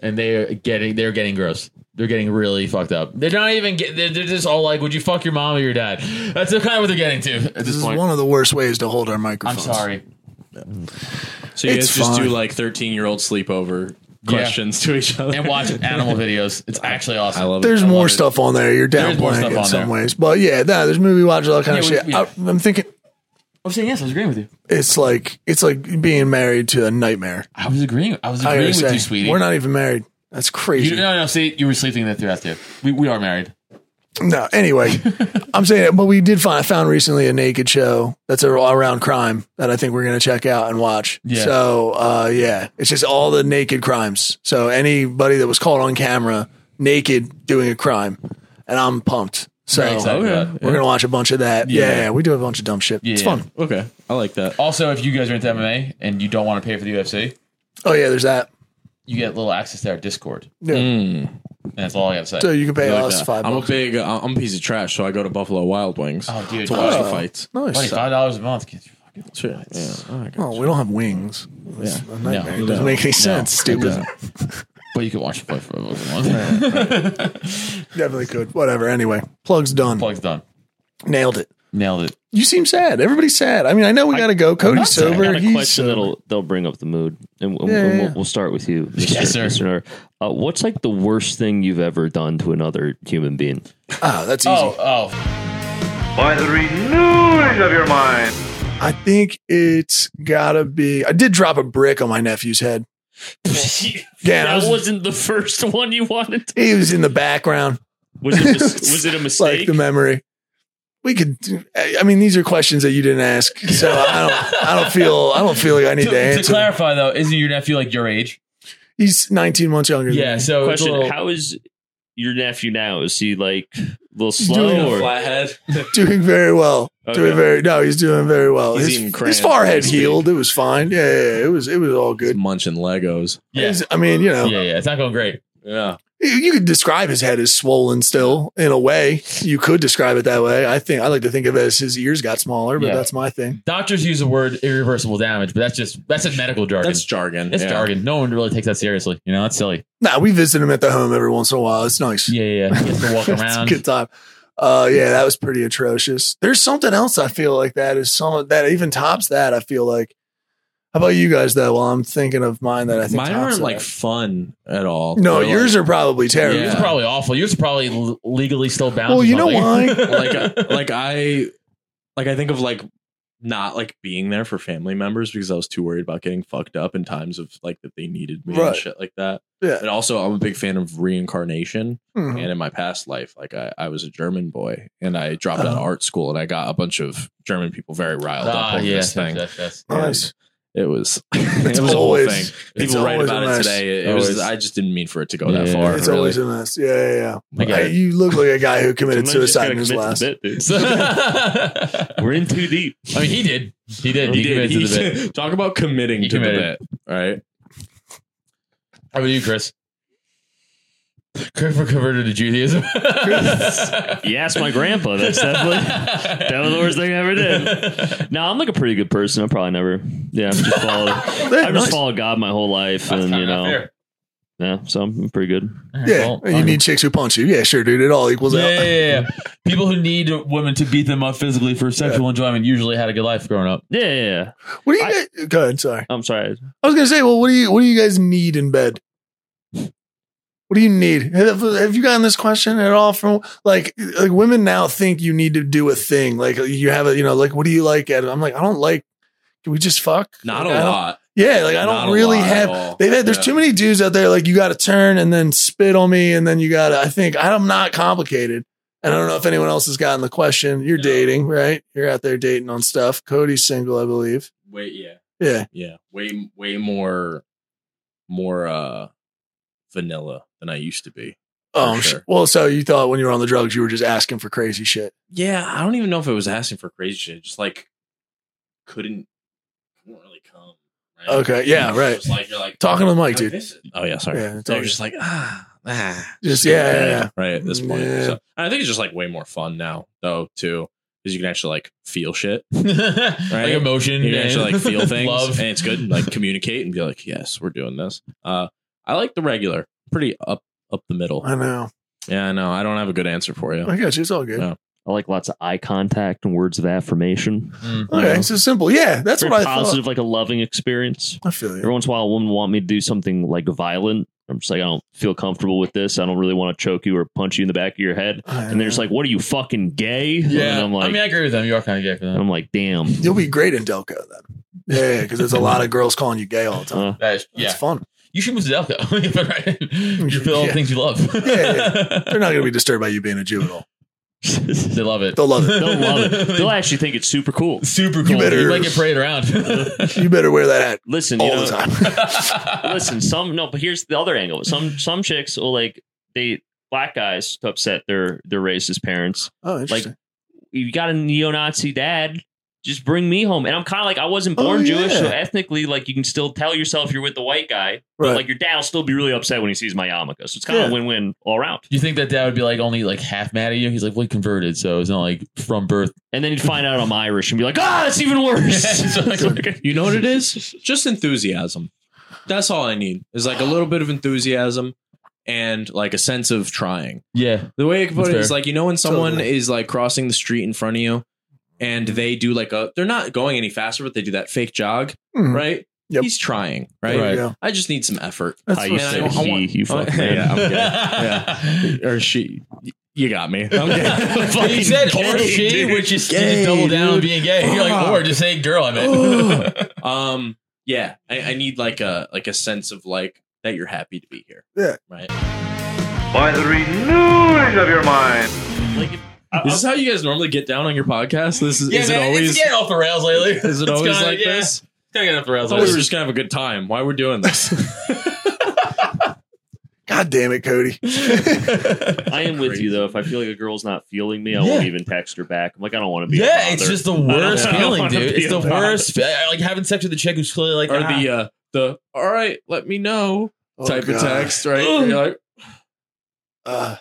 Speaker 7: and they're getting they're getting gross. They're getting really fucked up. They're not even. Get, they're, they're just all like, "Would you fuck your mom or your dad?" That's kind of what they're getting to at this,
Speaker 10: This is
Speaker 7: point.
Speaker 10: one of the worst ways to hold our
Speaker 7: I'm
Speaker 10: microphones.
Speaker 7: sorry.
Speaker 9: So you
Speaker 10: It's
Speaker 9: guys just do
Speaker 10: fine.
Speaker 9: like 13 year old sleepover
Speaker 7: Yeah.
Speaker 9: questions to each other
Speaker 7: And watch animal videos. It's actually awesome. I
Speaker 9: love
Speaker 10: There's more stuff on there. You're
Speaker 7: There's more stuff
Speaker 10: downplaying it in
Speaker 7: on
Speaker 10: some
Speaker 7: there.
Speaker 10: ways, but yeah, nah, there's movie watch all kind of
Speaker 7: Yeah, we-
Speaker 10: shit.
Speaker 7: yeah.
Speaker 10: I, I'm thinking
Speaker 7: I'm saying yes. I was agreeing with you.
Speaker 10: it's like it's like being married to a nightmare.
Speaker 7: I was agreeing. I was
Speaker 10: gotta
Speaker 7: agreeing with
Speaker 10: say,
Speaker 7: you, sweetie.
Speaker 10: We're not even married. That's
Speaker 7: You,
Speaker 10: crazy.
Speaker 7: no, no. See, you were sleeping that throughout too. We we are married.
Speaker 10: no, anyway, I'm saying it, but we did find I found recently a naked show that's a, around crime that I think we're gonna check out and watch.
Speaker 7: Yeah.
Speaker 10: So uh, yeah, it's just all the naked crimes. So anybody that was caught on camera naked doing a crime, and I'm pumped. So
Speaker 7: Very excited for Okay. that.
Speaker 10: we're gonna watch a bunch of that.
Speaker 7: Yeah.
Speaker 10: Yeah, we do a bunch of dumb shit. It's fun.
Speaker 9: Okay, I like that.
Speaker 7: Also, if you guys are into MMA and you don't want to pay for the UFC,
Speaker 10: Oh yeah, there's that.
Speaker 7: you get little access to our Discord.
Speaker 10: Yeah.
Speaker 7: And Mm. that's all I gotta say.
Speaker 10: So you can pay
Speaker 9: I like
Speaker 10: us
Speaker 9: that.
Speaker 10: five
Speaker 9: I'm
Speaker 10: bucks.
Speaker 9: a big, uh, I'm a piece of trash, so I go to Buffalo Wild Wings
Speaker 7: Oh, dude,
Speaker 9: to watch
Speaker 7: oh,
Speaker 9: the fights.
Speaker 10: nice.
Speaker 7: Like five dollars a month. Get your fucking
Speaker 9: Sure. Yeah. Oh, I got-
Speaker 10: Oh, we don't have wings. That's
Speaker 7: Yeah.
Speaker 10: a nightmare.
Speaker 7: No.
Speaker 10: It doesn't
Speaker 7: No.
Speaker 10: make any
Speaker 7: No.
Speaker 10: sense. Stupid.
Speaker 7: But you can watch the fight for a month.
Speaker 10: Definitely could. Whatever. Anyway, plug's done.
Speaker 7: Plug's done.
Speaker 10: Nailed it.
Speaker 7: Nailed it.
Speaker 10: You seem sad. Everybody's sad. I mean, I know we got to go. Cody's sober.
Speaker 8: I got a
Speaker 10: He's
Speaker 8: question
Speaker 10: sober.
Speaker 8: that'll they'll bring up the mood, and, and-
Speaker 10: Yeah, yeah,
Speaker 8: and we'll,
Speaker 10: yeah.
Speaker 8: we'll start with you, Mr.
Speaker 10: Yes, sir.
Speaker 8: Mr. Nar. Uh, what's like the worst thing you've ever done to another human being?
Speaker 10: Oh, that's easy.
Speaker 7: Oh, oh.
Speaker 6: By the renewing of your mind.
Speaker 10: I think it's gotta be. I did drop a brick on my nephew's head. Yeah, I
Speaker 8: that
Speaker 10: was-
Speaker 8: wasn't the first one you wanted. To-
Speaker 10: He was in the background.
Speaker 8: Was it mis- was it a
Speaker 10: like the memory. We could. do- I I mean, these are questions that you didn't ask, so I don't. I don't feel. I don't feel like I need to,
Speaker 7: to, to
Speaker 10: answer.
Speaker 7: clarify though, isn't your nephew like your age?
Speaker 10: He's 19 months younger. than
Speaker 7: Yeah,
Speaker 10: me.
Speaker 7: so it's a
Speaker 8: question:
Speaker 7: little-
Speaker 8: How is your nephew now? Is he like a
Speaker 10: doing
Speaker 8: little slow
Speaker 10: a
Speaker 7: Oh.
Speaker 8: or
Speaker 7: flathead?
Speaker 10: doing very well.
Speaker 8: Okay.
Speaker 10: Doing very. No, he's doing very well.
Speaker 9: He's eating
Speaker 10: his,
Speaker 9: crayons
Speaker 10: his forehead
Speaker 9: as we speak.
Speaker 10: healed. It was fine. Yeah, yeah, yeah, it was. It was all good.
Speaker 9: munching Legos.
Speaker 7: Yeah.
Speaker 10: He's- I mean, you know,
Speaker 7: Yeah, yeah, it's not going great.
Speaker 9: Yeah.
Speaker 10: you- you could describe his head as swollen still in a way. You could describe it that way. I think I like to think of it as his ears got smaller, but
Speaker 7: Yeah.
Speaker 10: that's my thing.
Speaker 7: Doctors use the word irreversible damage, but that's just that's just medical jargon.
Speaker 9: That's jargon.
Speaker 7: It's
Speaker 9: yeah.
Speaker 7: jargon. No one really takes that seriously. You know, that's silly.
Speaker 10: Nah, we visit him at the home every once in a while. It's nice.
Speaker 7: Yeah, yeah. yeah. He has to walk
Speaker 10: It's a
Speaker 7: around.
Speaker 10: good time. Uh, yeah, that was pretty atrocious. There's something else I feel like that is some that even tops that. I feel like. How about you guys though? While I'm thinking of mine that I think
Speaker 9: Mine
Speaker 10: tops
Speaker 9: aren't
Speaker 10: that.
Speaker 9: like fun at all.
Speaker 10: No,
Speaker 9: They're,
Speaker 10: yours are
Speaker 9: like-
Speaker 10: probably terrible.
Speaker 7: Yours is probably awful. Yours is probably l- legally still bound.
Speaker 10: Well,
Speaker 7: to
Speaker 10: you know
Speaker 7: something.
Speaker 9: like I- like I like I think of like not like being there for family members because I was too worried about getting fucked up in times of like that they needed me
Speaker 10: Right.
Speaker 9: and shit like that.
Speaker 10: Yeah.
Speaker 9: And also I'm a big fan of reincarnation.
Speaker 10: Mhm.
Speaker 9: And in my past life, like I, I was a German boy and I dropped out of
Speaker 10: Oh.
Speaker 9: art school and I got a bunch of German people very riled up
Speaker 7: ah,
Speaker 9: over
Speaker 7: yeah,
Speaker 9: this thing.
Speaker 7: That's, that's,
Speaker 10: nice.
Speaker 9: It was it
Speaker 10: always-
Speaker 9: was a whole thing.
Speaker 10: it's
Speaker 9: People write
Speaker 10: always
Speaker 9: about
Speaker 10: a
Speaker 9: it
Speaker 10: mess.
Speaker 9: today. It, it was
Speaker 7: Always.
Speaker 9: I just didn't mean for it to go that
Speaker 7: Yeah,
Speaker 9: far.
Speaker 10: It's
Speaker 9: really.
Speaker 10: always a mess. Yeah, yeah, yeah.
Speaker 7: I get
Speaker 10: Hey,
Speaker 7: it.
Speaker 10: you look like a guy who committed
Speaker 8: Sometimes you just
Speaker 10: suicide
Speaker 8: gotta
Speaker 10: in his
Speaker 8: commit to
Speaker 10: last.
Speaker 8: the bit, dude.
Speaker 7: I
Speaker 8: We're in too deep.
Speaker 7: mean, he did. He did. He,
Speaker 9: He
Speaker 7: committed
Speaker 9: did.
Speaker 7: to the bit.
Speaker 9: He- talk about committing
Speaker 7: He
Speaker 9: to
Speaker 7: committed.
Speaker 9: the bit. All right.
Speaker 7: How about you, Chris? Chris were converted to Judaism.
Speaker 8: You asked my grandpa. That's definitely that was the worst thing I ever did. No, I'm like a pretty good person. I'm probably never. Yeah, I'm just follow. I
Speaker 10: nice.
Speaker 8: just follow God my whole life,
Speaker 7: That's
Speaker 8: and
Speaker 7: kinda
Speaker 8: you
Speaker 7: not
Speaker 8: know,
Speaker 7: fair.
Speaker 8: yeah. So I'm pretty good.
Speaker 10: Yeah,
Speaker 7: Well,
Speaker 10: you need chicks who punch you. Yeah, sure, dude. It all equals
Speaker 7: yeah,
Speaker 10: out.
Speaker 7: yeah, yeah, yeah. People who need women to beat them up physically for sexual enjoyment usually had a good life growing up.
Speaker 8: Yeah, yeah, yeah.
Speaker 10: What do you? guys, go ahead. Sorry,
Speaker 8: I'm sorry.
Speaker 10: I was gonna say. Well, what do you? What do you guys need in bed? What do you need? Have, have you gotten this question at all from like like women now think you need to do a thing like you have a you know like what do you like? At I'm like I don't like. Can we just fuck?
Speaker 9: Not
Speaker 10: Like, I
Speaker 9: a
Speaker 10: don't-
Speaker 9: lot.
Speaker 10: Yeah, like I
Speaker 9: Not
Speaker 10: don't
Speaker 9: a
Speaker 10: really
Speaker 9: lot at
Speaker 10: have.
Speaker 9: all.
Speaker 10: They've had, there's
Speaker 9: Yeah.
Speaker 10: too many dudes out there. Like you got to turn and then spit on me, and then you got to. I think I'm not complicated, and I don't know if anyone else has gotten the question. You're dating, right? You're out there dating on stuff. Cody's single, I believe.
Speaker 9: Wait, yeah.
Speaker 10: Yeah,
Speaker 9: Yeah. Way way more more uh vanilla than I used to be.
Speaker 10: Um.
Speaker 9: For sure.
Speaker 10: Well, so you thought when you were on the drugs, you were just asking for crazy shit.
Speaker 9: Yeah, I don't even know if it was asking for crazy shit. Just like couldn't couldn't really come. right?
Speaker 10: Okay, yeah,
Speaker 9: It's
Speaker 10: right.
Speaker 9: Just like you're like
Speaker 10: Talking to the mic,
Speaker 9: "Oh,
Speaker 10: dude.
Speaker 9: this is-" Oh yeah, sorry.
Speaker 10: Yeah,
Speaker 9: Yeah,
Speaker 10: talking.
Speaker 9: just like ah, ah.
Speaker 10: Just yeah, yeah, yeah.
Speaker 9: Right at this point.
Speaker 10: Yeah.
Speaker 9: So, and I think it's just like way more fun now though too. Because you can actually like feel shit.
Speaker 7: Like emotion,
Speaker 9: You can
Speaker 7: and
Speaker 9: actually like feel things,
Speaker 7: Mm, love.
Speaker 9: and it's good. and, Like communicate and be like, yes, we're doing this. Uh, I like the regular, pretty up up the middle.
Speaker 10: I know.
Speaker 9: Yeah, I know. I don't have a good answer for you.
Speaker 10: I got you. It's all good.
Speaker 9: Yeah.
Speaker 8: I like lots of eye contact and words of affirmation.
Speaker 7: Mm.
Speaker 10: Okay, so simple. Yeah, that's
Speaker 8: Very
Speaker 10: what I
Speaker 8: positive, like a loving experience.
Speaker 10: thought. I feel
Speaker 8: Every
Speaker 10: you.
Speaker 8: once in a while, a woman want me to do something like violent. I'm just like, I don't feel comfortable with this. I don't really want to choke you or punch you in the back of your head. And they're just like, "What are you fucking gay?"
Speaker 7: Yeah,
Speaker 8: And I'm like,
Speaker 7: I mean, I agree with them. You are kind of gay for
Speaker 9: Um,
Speaker 7: them.
Speaker 8: I'm like, damn.
Speaker 10: You'll be great in Delco then. Yeah, because there's a lot of girls calling you gay all the time.
Speaker 8: Uh,
Speaker 7: That is,
Speaker 10: It's
Speaker 7: yeah,
Speaker 10: fun.
Speaker 7: you should move to Delco. right? You feel all the
Speaker 10: Yeah.
Speaker 7: things you love.
Speaker 10: Yeah, They're not going to be disturbed by you being a Jew at all.
Speaker 7: they love it.
Speaker 10: They'll love it.
Speaker 8: They'll love it. They'll actually think it's super cool.
Speaker 7: Super cool. You,
Speaker 10: better-
Speaker 7: might get parade around.
Speaker 10: You better wear that hat
Speaker 8: Listen, you
Speaker 10: all
Speaker 8: know,
Speaker 10: the time.
Speaker 8: listen, some no, but here's the other angle. Some some chicks will like they black guys to upset their their racist parents.
Speaker 10: Oh,
Speaker 8: Like
Speaker 10: interesting.
Speaker 8: you got a neo-Nazi dad. Just bring me home. And I'm kind of like, I wasn't
Speaker 10: Oh,
Speaker 8: born Jewish, so
Speaker 10: yeah.
Speaker 8: ethnically, like, you can still tell yourself you're with the white guy, but
Speaker 10: Right.
Speaker 8: like, your dad will still be really upset when he sees my yarmulke. So it's kind of
Speaker 10: Yeah.
Speaker 8: a win win all around.
Speaker 7: you think that dad would be like only like half mad at you? He's like, well, he converted, so it's not like from birth.
Speaker 8: And then you'd find out I'm Irish and be like, ah, that's even worse.
Speaker 9: You know what it is? Just enthusiasm. That's all I need. Is like a little bit of enthusiasm and like a sense of trying.
Speaker 7: Yeah.
Speaker 9: The way I can put
Speaker 7: That's
Speaker 9: it is
Speaker 7: fair.
Speaker 9: like you know when someone
Speaker 7: Totally.
Speaker 9: is like crossing the street in front of you, and they do like a they're not going any faster, but they do that fake jog,
Speaker 10: Mhm.
Speaker 9: right? He's trying, Mm-hmm. right?
Speaker 10: There you go.
Speaker 9: I just need some effort.
Speaker 10: That's
Speaker 9: I,
Speaker 10: what
Speaker 9: and I-
Speaker 10: I
Speaker 9: I
Speaker 10: said,
Speaker 9: want-
Speaker 10: he, you
Speaker 9: oh,
Speaker 10: fuck man.
Speaker 9: yeah, I'm good. yeah, or she. You got me. I'm good.
Speaker 7: But you said or
Speaker 9: Gay,
Speaker 7: she,
Speaker 9: dude.
Speaker 7: which is
Speaker 9: Gay,
Speaker 7: just double down on
Speaker 9: dude.
Speaker 7: being gay. You're like,
Speaker 9: Fuck.
Speaker 7: or just say girl, I meant.
Speaker 9: Ugh. um, yeah, I, I need like a like a sense of like that you're happy to be here.
Speaker 10: Yeah.
Speaker 9: Right.
Speaker 6: By the renewing of your mind.
Speaker 9: This is how you guys normally get down on your podcast. This is
Speaker 7: yeah,
Speaker 9: is
Speaker 7: man,
Speaker 9: it always
Speaker 7: it's getting off the rails lately.
Speaker 9: is it
Speaker 7: It's
Speaker 9: always
Speaker 7: kinda-
Speaker 9: like
Speaker 7: yeah.
Speaker 9: this?
Speaker 7: It's kinda getting off the
Speaker 9: I
Speaker 7: rails
Speaker 9: thought we
Speaker 7: lately.
Speaker 9: were just gonna have a good time. Why we're doing this?
Speaker 10: God damn it, Cody.
Speaker 8: I am with you though. If I feel like a girl's not feeling me, I
Speaker 7: Yeah.
Speaker 8: won't even text her back. I'm like, I don't want to be. a
Speaker 7: yeah, it's
Speaker 8: bother.
Speaker 7: just the
Speaker 8: I don't-
Speaker 7: worst
Speaker 8: I don't
Speaker 7: feeling,
Speaker 8: wanna
Speaker 7: dude.
Speaker 8: be
Speaker 7: It's
Speaker 8: a
Speaker 7: the
Speaker 8: bother.
Speaker 7: worst. fe- I- Like having sex with a chick who's clearly like,
Speaker 9: or
Speaker 7: ah.
Speaker 9: the uh, the all right, let me know
Speaker 7: Oh,
Speaker 9: type
Speaker 7: God.
Speaker 9: of text, right?
Speaker 7: Ugh.
Speaker 9: And you're like,
Speaker 10: uh,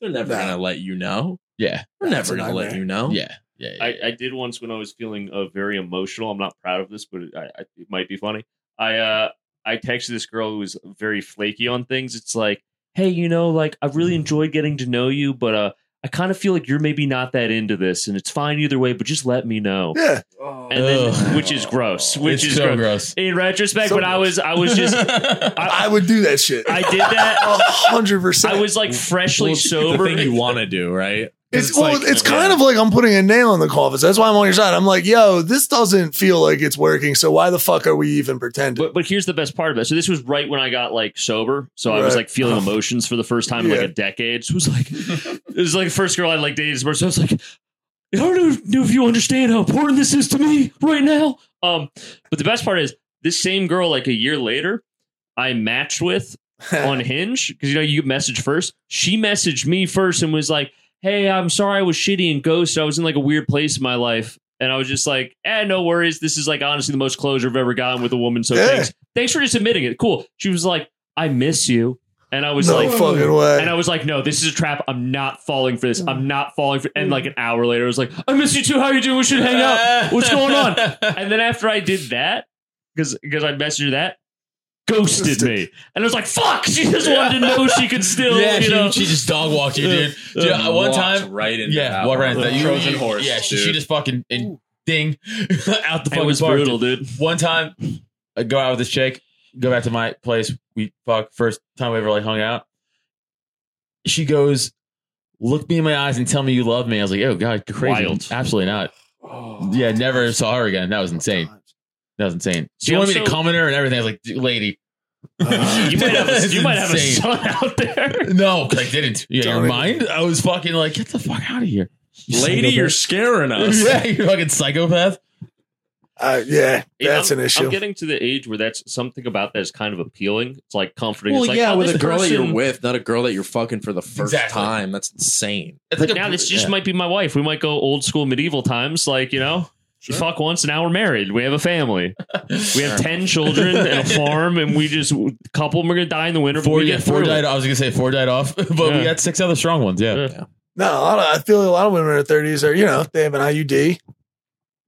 Speaker 9: they're never
Speaker 8: nah.
Speaker 9: gonna let you know.
Speaker 7: Yeah,
Speaker 9: they're never gonna let you know.
Speaker 7: Yeah. Yeah,
Speaker 8: I, I did once when I was feeling uh, very emotional. I'm not proud of this, but it, I, I, it might be funny. I uh, I texted this girl who was very flaky on things. It's like, hey, you know, like I
Speaker 7: Mm-hmm.
Speaker 8: really enjoyed getting to know you, but uh, I kind of feel like you're maybe not that into this, and it's fine either way. But just let me know.
Speaker 10: Yeah.
Speaker 8: And
Speaker 7: Oh.
Speaker 8: then,
Speaker 7: Ugh.
Speaker 8: which is gross. Which
Speaker 7: It's
Speaker 8: is
Speaker 7: so
Speaker 8: gross.
Speaker 7: gross.
Speaker 8: In retrospect,
Speaker 10: So
Speaker 8: but I was, I was just, I,
Speaker 10: I would do that shit.
Speaker 8: I did that.
Speaker 10: hundred percent.
Speaker 8: I was like freshly sober.
Speaker 9: the thing you want to do, right?
Speaker 10: It's, well, it's kind of like I'm putting a nail in the coffin. That's why I'm on your side. I'm like, yo, this doesn't feel like it's working. So why the fuck are we even pretending?
Speaker 8: But but here's the best part of it. So this was right when I got like sober. So I was
Speaker 10: Right. Oh.
Speaker 8: like feeling emotions for the first time in
Speaker 10: Yeah.
Speaker 8: like a decade. So it was like it was like the first girl I like dated. So I was like, I don't know if you understand how important this is to me right now. Um, but the best part is this same girl like a year later, I matched with on Hinge because you know you message first. She messaged me first and was like, "Hey, I'm sorry I was shitty and ghosted. I was in like a weird place in my life." And I was just like, "Eh, no worries. This is like honestly the most closure I've ever gotten with a woman. So
Speaker 10: Yeah.
Speaker 8: thanks, thanks for just admitting it. Cool." She was like, "I miss you." And I was
Speaker 10: No
Speaker 8: like,
Speaker 10: fucking way.
Speaker 8: And I was like, no, this is a trap. I'm not falling for this. I'm not falling for.
Speaker 10: Mm.
Speaker 8: And like an hour later, I was like, I miss you too. How you doing? We should hang out. What's going on? And then after I did that, because because I messaged her that, ghosted me. And I was like, fuck. She just wanted to know she could still.
Speaker 7: yeah,
Speaker 8: you
Speaker 7: she,
Speaker 8: know.
Speaker 7: she just dog walked you, dude. dude
Speaker 8: Uh,
Speaker 7: uh, one
Speaker 8: walked
Speaker 7: time,
Speaker 9: right into
Speaker 7: yeah,
Speaker 9: that
Speaker 7: walk right
Speaker 9: one.
Speaker 7: into that. You,
Speaker 9: Trojan
Speaker 7: you-
Speaker 9: horse,
Speaker 7: yeah, she,
Speaker 9: dude.
Speaker 7: she just fucking and ding out the
Speaker 8: It
Speaker 7: fucking
Speaker 8: was
Speaker 7: bar,
Speaker 8: brutal, dude.
Speaker 7: One time, I go out with this chick, go back to my place. We fuck first time we ever like hung out. She goes, look me in my eyes and tell me you love me. I was like, oh god, crazy,
Speaker 8: Wild.
Speaker 7: absolutely not. yeah, never saw her again. That was insane. That was insane. She
Speaker 8: See,
Speaker 7: wanted
Speaker 8: I'm
Speaker 7: me to
Speaker 8: so-
Speaker 7: comment her and everything. I was like, "Dude, lady. uh,
Speaker 8: you might have a,
Speaker 7: That's
Speaker 8: you might have a
Speaker 7: insane.
Speaker 8: son out there.
Speaker 7: No, 'cause I didn't. Yeah,
Speaker 8: Don't
Speaker 7: your
Speaker 8: even-
Speaker 7: mind. I was fucking like, get the fuck out of here, You
Speaker 9: Lady,
Speaker 7: psychopath.
Speaker 9: you're scaring us.
Speaker 7: yeah, you fucking psychopath.
Speaker 10: Uh, yeah,
Speaker 8: Yeah,
Speaker 10: that's
Speaker 8: I'm,
Speaker 10: an issue.
Speaker 8: I'm getting to the age where that's something about that is kind of appealing. It's like comforting.
Speaker 9: Well,
Speaker 8: it's like,
Speaker 9: yeah,
Speaker 8: oh,
Speaker 9: with
Speaker 8: this
Speaker 9: a girl that
Speaker 8: person-
Speaker 9: you're with, not a girl that you're fucking for the first time. That's insane.
Speaker 8: It's like now this just might be my wife. We might go old school medieval times, like you know, you fuck once, and now we're married. We have a family. we have ten children and a farm, and we just a couple of them are gonna die in the winter. but
Speaker 7: Four,
Speaker 8: we
Speaker 7: yeah,
Speaker 8: get
Speaker 7: four
Speaker 8: through
Speaker 7: died.
Speaker 8: it.
Speaker 7: I was gonna say four died off, but we
Speaker 8: Yeah.
Speaker 7: got six other strong ones. Yeah,
Speaker 10: No, a lot of, I feel a lot of women in their 30s are, you know, they have an IUD.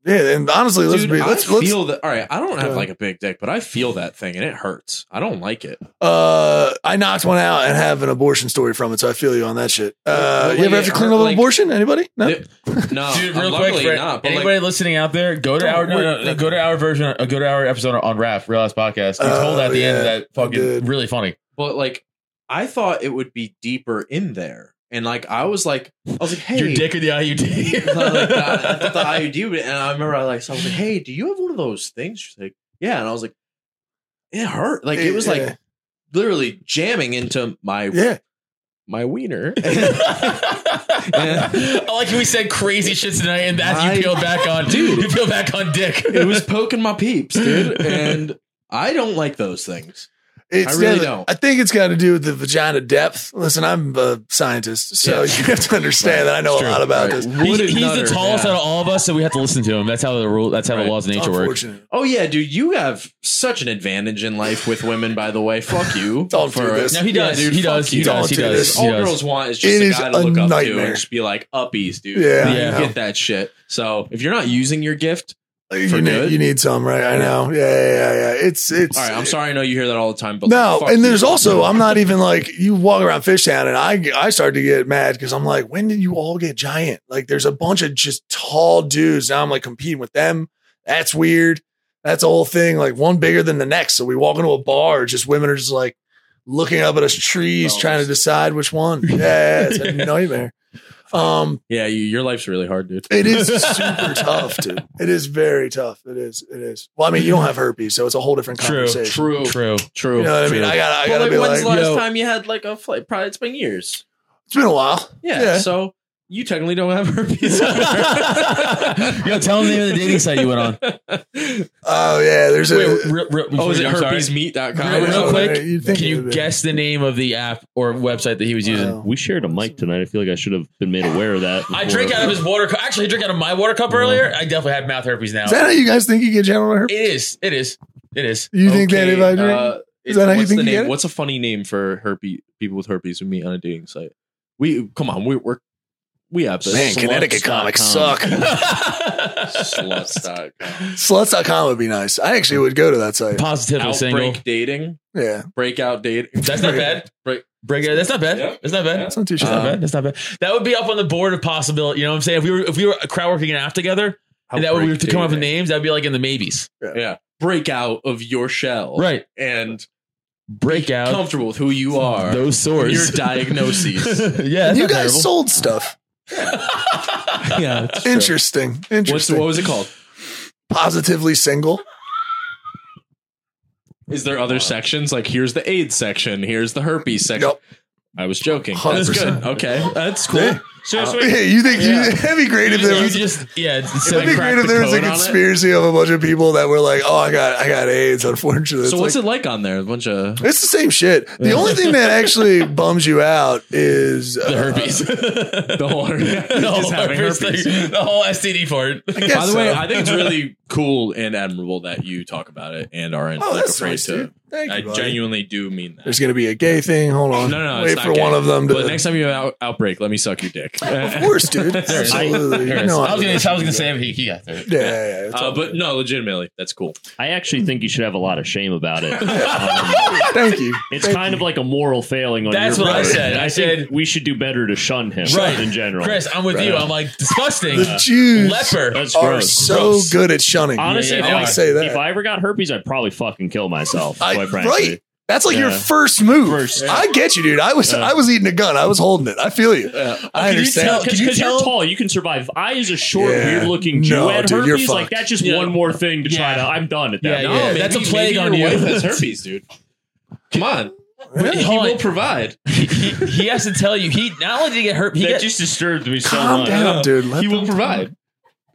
Speaker 10: Yeah, and honestly, let's
Speaker 9: Dude,
Speaker 10: be let's
Speaker 9: I
Speaker 10: let's
Speaker 9: feel that. All right, I don't have
Speaker 10: ahead.
Speaker 9: like a big dick, but I feel that thing and it hurts. I don't like it.
Speaker 10: uh I knocked one out and have an abortion story from it, so I feel you on that shit. Uh
Speaker 9: But
Speaker 10: you ever
Speaker 9: like,
Speaker 10: have to clean up
Speaker 9: it-
Speaker 10: an
Speaker 9: like-
Speaker 10: abortion? Anybody? No.
Speaker 9: No,
Speaker 7: Dude, real
Speaker 9: luckily
Speaker 7: quick, for
Speaker 9: not. But
Speaker 7: anybody
Speaker 9: like,
Speaker 7: listening out there, go to
Speaker 9: Don't
Speaker 7: our no,
Speaker 9: worry.
Speaker 7: no, no, go to our version, uh, go to our episode on Raph, Real Ass Podcast. We
Speaker 10: Oh,
Speaker 7: told at the end
Speaker 10: yeah,
Speaker 7: that fucking
Speaker 10: dude.
Speaker 7: really funny.
Speaker 9: but like, I thought it would be deeper in there, and like, I was like, I was like, hey,
Speaker 7: Your dick or the
Speaker 9: I thought, like,
Speaker 7: IUD?
Speaker 9: I thought the IUD, would- and I remember I like, so I was like, hey, do you have one of those things? She's like, yeah, and I was like, it hurt. Like it was
Speaker 10: Yeah.
Speaker 9: like literally jamming into my
Speaker 10: Yeah.
Speaker 9: my wiener.
Speaker 7: I like how we said crazy shit tonight, and that's
Speaker 9: I-
Speaker 7: you peel back on,
Speaker 9: Dude.
Speaker 7: You peel back on dick.
Speaker 9: it was poking my peeps, dude. And I don't like those things.
Speaker 10: It's
Speaker 9: I really
Speaker 10: gotta-
Speaker 9: don't.
Speaker 10: I think it's got to do with the vagina depth. Listen, I'm a scientist, so
Speaker 9: Yeah.
Speaker 10: you have to understand that I know a lot about
Speaker 9: Right.
Speaker 10: this.
Speaker 9: Wood
Speaker 7: he's,
Speaker 9: is
Speaker 7: he's the
Speaker 9: nutter,
Speaker 7: tallest
Speaker 9: yeah.
Speaker 7: out of all of us, so we have to listen to him. That's how the rule. That's how the
Speaker 9: Right.
Speaker 7: laws of
Speaker 10: It's
Speaker 7: nature work.
Speaker 10: unfortunate.
Speaker 9: Oh yeah, dude, you have such an advantage in life with women. By the way, fuck you.
Speaker 10: Don't do
Speaker 9: For-
Speaker 10: this.
Speaker 7: No, he does.
Speaker 9: Yeah, dude,
Speaker 7: he
Speaker 9: fuck
Speaker 7: does. He
Speaker 9: you.
Speaker 7: does. He
Speaker 10: Don't do
Speaker 7: does.
Speaker 10: this.
Speaker 7: He
Speaker 9: All
Speaker 7: does.
Speaker 9: girls want is just
Speaker 10: It
Speaker 9: a
Speaker 10: is
Speaker 9: guy
Speaker 10: a
Speaker 9: to look up to
Speaker 10: nightmare.
Speaker 9: and just be like uppies, dude.
Speaker 10: Yeah,
Speaker 9: You
Speaker 10: I know.
Speaker 9: get that shit. So if you're not using your gift,
Speaker 10: you, need, you need some, right? I know. Yeah, yeah, yeah. yeah. It's it's
Speaker 9: All right, I'm sorry. I know you hear that all the time, but
Speaker 10: no,
Speaker 9: fuck
Speaker 10: and
Speaker 9: you.
Speaker 10: there's also I'm not even like you walk around Fishtown, and I I started to get mad because I'm like, when did you all get giant? Like, there's a bunch of just tall dudes. Now I'm like competing with them. That's weird. That's the whole thing. Like one bigger than the next. So we walk into a bar, just women are just like looking up at us trees, trying to decide which one. Yeah, it's a nightmare. Um,
Speaker 9: Yeah, you, your life's really hard, dude.
Speaker 10: it is super tough, dude. It is very tough. It is. It is. Well, I mean, you don't have herpes, so it's a whole different
Speaker 7: True,
Speaker 10: conversation.
Speaker 9: true,
Speaker 7: True.
Speaker 9: true.
Speaker 10: You know what I mean? I gotta, I
Speaker 9: But,
Speaker 10: gotta
Speaker 9: like,
Speaker 10: be
Speaker 9: when's
Speaker 10: like,
Speaker 9: the last
Speaker 10: yo,
Speaker 9: time you had like a flight? Probably it's been years.
Speaker 10: it's been a while.
Speaker 9: Yeah, So you technically don't have herpes.
Speaker 7: Yo, tell them the name of the dating site you went on.
Speaker 10: Oh yeah, there's a.
Speaker 7: Wait, real, real,
Speaker 9: oh, is it
Speaker 7: I'm sorry.
Speaker 9: herpesmeat.com?
Speaker 7: Real, real
Speaker 10: You'd
Speaker 7: quick,
Speaker 10: think
Speaker 7: can
Speaker 10: it
Speaker 7: you
Speaker 10: would've
Speaker 7: guess the name of the app or website that he was using?
Speaker 8: We shared a mic tonight. I feel like I should have been made aware of that.
Speaker 7: I
Speaker 8: before.
Speaker 7: drank out of his water cup. Actually, I drank out of my water cup earlier. I definitely had mouth herpes now.
Speaker 10: is that how you guys think you get genital herpes?
Speaker 7: it is. It is. It is.
Speaker 10: You think that if I drink,
Speaker 9: uh,
Speaker 10: is that how you
Speaker 9: what's
Speaker 10: think you
Speaker 9: the name?
Speaker 10: get it?
Speaker 9: What's a funny name for herpes people with herpes who meet on a dating site? We come on, we we're we have this.
Speaker 10: Man, Connecticut comics suck.
Speaker 9: Sluts.com.
Speaker 10: Sluts.com would be nice. I actually would go to that site.
Speaker 7: Positively
Speaker 9: Outbreak
Speaker 7: single.
Speaker 9: dating,
Speaker 10: Yeah,
Speaker 9: breakout dating.
Speaker 7: That's not bad.
Speaker 9: Break.
Speaker 7: Break it. That's not bad.
Speaker 9: Yeah.
Speaker 7: That's not bad.
Speaker 10: it's not too
Speaker 7: That's
Speaker 10: shabby.
Speaker 7: not bad. That's not bad. That would be up on the board of possibility. You know what I'm saying? If we were if we were crowd working an app together, and that would we were to come up with names, that'd be like in the maybes.
Speaker 9: Yeah, breakout of your shell.
Speaker 7: Right.
Speaker 9: and
Speaker 7: Breakout.
Speaker 9: comfortable with who you are.
Speaker 7: Those sores.
Speaker 9: Your diagnoses.
Speaker 7: yeah.
Speaker 10: And
Speaker 7: that's
Speaker 10: you
Speaker 7: not
Speaker 10: guys
Speaker 7: terrible.
Speaker 10: sold stuff.
Speaker 9: yeah.
Speaker 10: Interesting.
Speaker 9: What's
Speaker 10: Interesting.
Speaker 9: what was it called?
Speaker 10: Positively single.
Speaker 9: Is there other sections? Like here's the AIDS section, here's the herpes section.
Speaker 10: Yep.
Speaker 9: I was joking. That's
Speaker 10: 100%.
Speaker 9: good. Okay, that's cool.
Speaker 10: Yeah.
Speaker 8: Seriously,
Speaker 10: Uh, Yeah, you think
Speaker 9: Yeah.
Speaker 10: you, that'd be great if there
Speaker 7: You
Speaker 10: was.
Speaker 7: just yeah. it's- it's-
Speaker 10: It'd be great if there was a conspiracy of a bunch of people that were like, "Oh, I got, I got AIDS." Unfortunately,
Speaker 9: So
Speaker 10: It's
Speaker 9: what's
Speaker 10: like-
Speaker 9: it like on there? A bunch of
Speaker 10: It's the same shit. The only thing that actually bums you out is
Speaker 7: the
Speaker 10: uh,
Speaker 7: herpes.
Speaker 9: the whole,
Speaker 7: the whole
Speaker 9: just having
Speaker 7: herpes
Speaker 9: herpes.
Speaker 7: Oh, thing. The whole STD part.
Speaker 10: I guess uh,
Speaker 9: By the way,
Speaker 10: so.
Speaker 9: I think it's really cool and admirable that you talk about it and are
Speaker 10: Oh,
Speaker 9: like
Speaker 10: that's
Speaker 9: afraid
Speaker 10: nice,
Speaker 9: to.
Speaker 10: dude. Thank you,
Speaker 9: I
Speaker 10: buddy.
Speaker 9: genuinely do mean that.
Speaker 10: There's gonna be a gay thing. Hold
Speaker 9: No,
Speaker 10: on.
Speaker 9: no, no.
Speaker 10: Wait
Speaker 9: it's not
Speaker 10: for
Speaker 9: gay.
Speaker 10: one of them to.
Speaker 9: But next time you have out, outbreak, let me suck your dick. Uh,
Speaker 10: of course, dude. Absolutely.
Speaker 7: There it
Speaker 10: You
Speaker 7: is.
Speaker 10: know
Speaker 7: I was gonna.
Speaker 10: I-
Speaker 7: I was gonna say it, he, he got there.
Speaker 10: Yeah, yeah, yeah. It's
Speaker 9: Uh,
Speaker 10: all
Speaker 9: but no, legitimately, that's cool.
Speaker 8: I actually think you should have a lot of shame about it. Um,
Speaker 10: good. Thank you.
Speaker 8: it's kind of like a moral failing on
Speaker 7: That's
Speaker 8: your
Speaker 7: what I
Speaker 8: part.
Speaker 7: said.
Speaker 8: And
Speaker 7: I
Speaker 8: think
Speaker 7: said-
Speaker 8: we should do better to shun him
Speaker 7: Right.
Speaker 8: in general.
Speaker 7: Chris, I'm with you. I'm like disgusting.
Speaker 10: The Jews
Speaker 7: Leper.
Speaker 8: That's
Speaker 10: are
Speaker 8: gross.
Speaker 10: so
Speaker 7: Gross.
Speaker 10: good at shunning.
Speaker 8: Honestly,
Speaker 7: Yeah,
Speaker 8: if,
Speaker 7: yeah,
Speaker 8: I,
Speaker 10: I'll say that.
Speaker 8: if I ever got herpes, I'd probably fucking kill myself.
Speaker 10: I-
Speaker 8: quite frankly.
Speaker 10: right. That's like your
Speaker 8: Yeah.
Speaker 10: first move.
Speaker 8: First.
Speaker 10: I get you, dude. I was I was eating a gun. I was holding it. I feel you. I
Speaker 7: Can you
Speaker 10: understand.
Speaker 7: tell-
Speaker 8: Because
Speaker 7: Can you
Speaker 8: you
Speaker 7: tell-
Speaker 8: are tall, you can survive. I, as a short,
Speaker 10: Yeah.
Speaker 8: weird-looking Jew,
Speaker 10: No,
Speaker 8: had
Speaker 10: dude, you're
Speaker 8: herpes. Like
Speaker 10: fucked.
Speaker 8: that's just
Speaker 9: Yeah.
Speaker 8: one more thing to try
Speaker 7: Yeah.
Speaker 8: to. I'm done at that.
Speaker 7: Yeah,
Speaker 8: point.
Speaker 7: yeah. That's a plague on
Speaker 9: Oh, your
Speaker 7: you.
Speaker 9: Wife has herpes, dude. Come on,
Speaker 7: Wait,
Speaker 9: he
Speaker 7: hold
Speaker 9: will
Speaker 7: on.
Speaker 9: provide.
Speaker 7: he, he- he has to tell you. He not only did he get hurt, he
Speaker 8: That
Speaker 7: got,
Speaker 8: just disturbed me so
Speaker 10: Calm
Speaker 8: much.
Speaker 10: down, dude. Let
Speaker 9: He will
Speaker 10: them
Speaker 9: provide.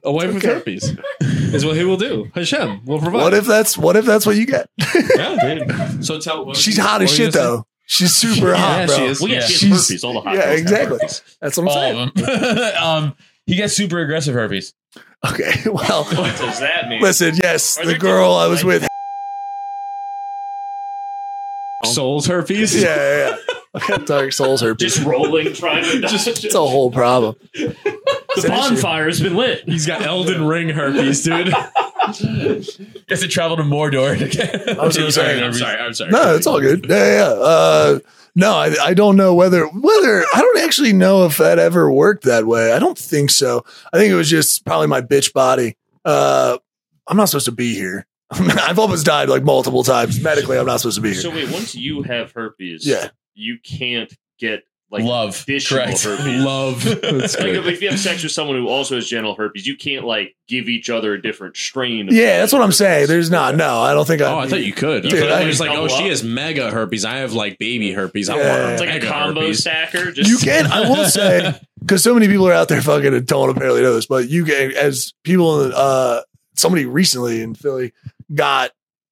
Speaker 9: A wife with
Speaker 10: okay.
Speaker 9: herpes is what he will do. Hashem will provide.
Speaker 10: What if that's what if that's what you get?
Speaker 9: Yeah, dude. So tell. what-
Speaker 10: She's hot as
Speaker 9: what were you
Speaker 10: shit
Speaker 9: gonna say?
Speaker 10: though. She's super hot,
Speaker 9: yeah,
Speaker 10: bro.
Speaker 9: she is.
Speaker 8: Well, yeah,
Speaker 7: Yeah.
Speaker 8: she has
Speaker 10: She's-
Speaker 8: herpes. All the hot
Speaker 10: Yeah,
Speaker 8: girls have
Speaker 10: exactly.
Speaker 8: herpes.
Speaker 10: That's
Speaker 9: Oh,
Speaker 10: what I'm saying.
Speaker 7: all of them. um, he got super aggressive herpes.
Speaker 10: Okay. Well,
Speaker 15: What does that mean?
Speaker 10: listen. Yes,
Speaker 15: Are
Speaker 10: the
Speaker 15: there
Speaker 10: girl I was
Speaker 15: different
Speaker 10: with.
Speaker 9: Soul's herpes.
Speaker 10: Yeah, yeah. yeah. Okay, Dark Souls herpes.
Speaker 15: Just rolling, trying to just,
Speaker 10: it's a whole problem.
Speaker 8: The bonfire has been lit.
Speaker 9: He's got Elden Ring herpes, dude.
Speaker 7: Gets to travel to Mordor.
Speaker 10: I was gonna say.
Speaker 9: I'm sorry. I'm sorry.
Speaker 10: No, it's all good. Yeah, yeah. yeah. Uh, no, I, I don't know whether whether I don't actually know if that ever worked that way. I don't think so. I think it was just probably my bitch body. Uh, I'm not supposed to be here. I've almost died like multiple times. Medically, I'm not supposed to be here.
Speaker 8: So wait, once you have herpes,
Speaker 10: Yeah.
Speaker 8: you can't get like
Speaker 7: Love.
Speaker 8: additional
Speaker 7: Correct.
Speaker 8: herpes.
Speaker 9: Love. That's
Speaker 8: Like
Speaker 9: good.
Speaker 8: if you have sex with someone who also has genital herpes, you can't like give each other a different strain. of-
Speaker 10: yeah, that's what I'm saying. There's not. No, I don't think.
Speaker 9: Oh,
Speaker 10: I'd
Speaker 9: I
Speaker 10: be-
Speaker 9: thought you could.
Speaker 10: Dude,
Speaker 9: I
Speaker 10: I-
Speaker 9: was like,
Speaker 8: Double
Speaker 9: oh, she
Speaker 8: up.
Speaker 9: has mega herpes. I have like baby herpes. I
Speaker 10: Yeah.
Speaker 9: want her
Speaker 8: It's like a
Speaker 9: mega
Speaker 8: combo
Speaker 9: herpes.
Speaker 8: stacker. Just
Speaker 10: you can. I will say because so many people are out there fucking and don't apparently know this, but you can as people. Uh, somebody recently in Philly got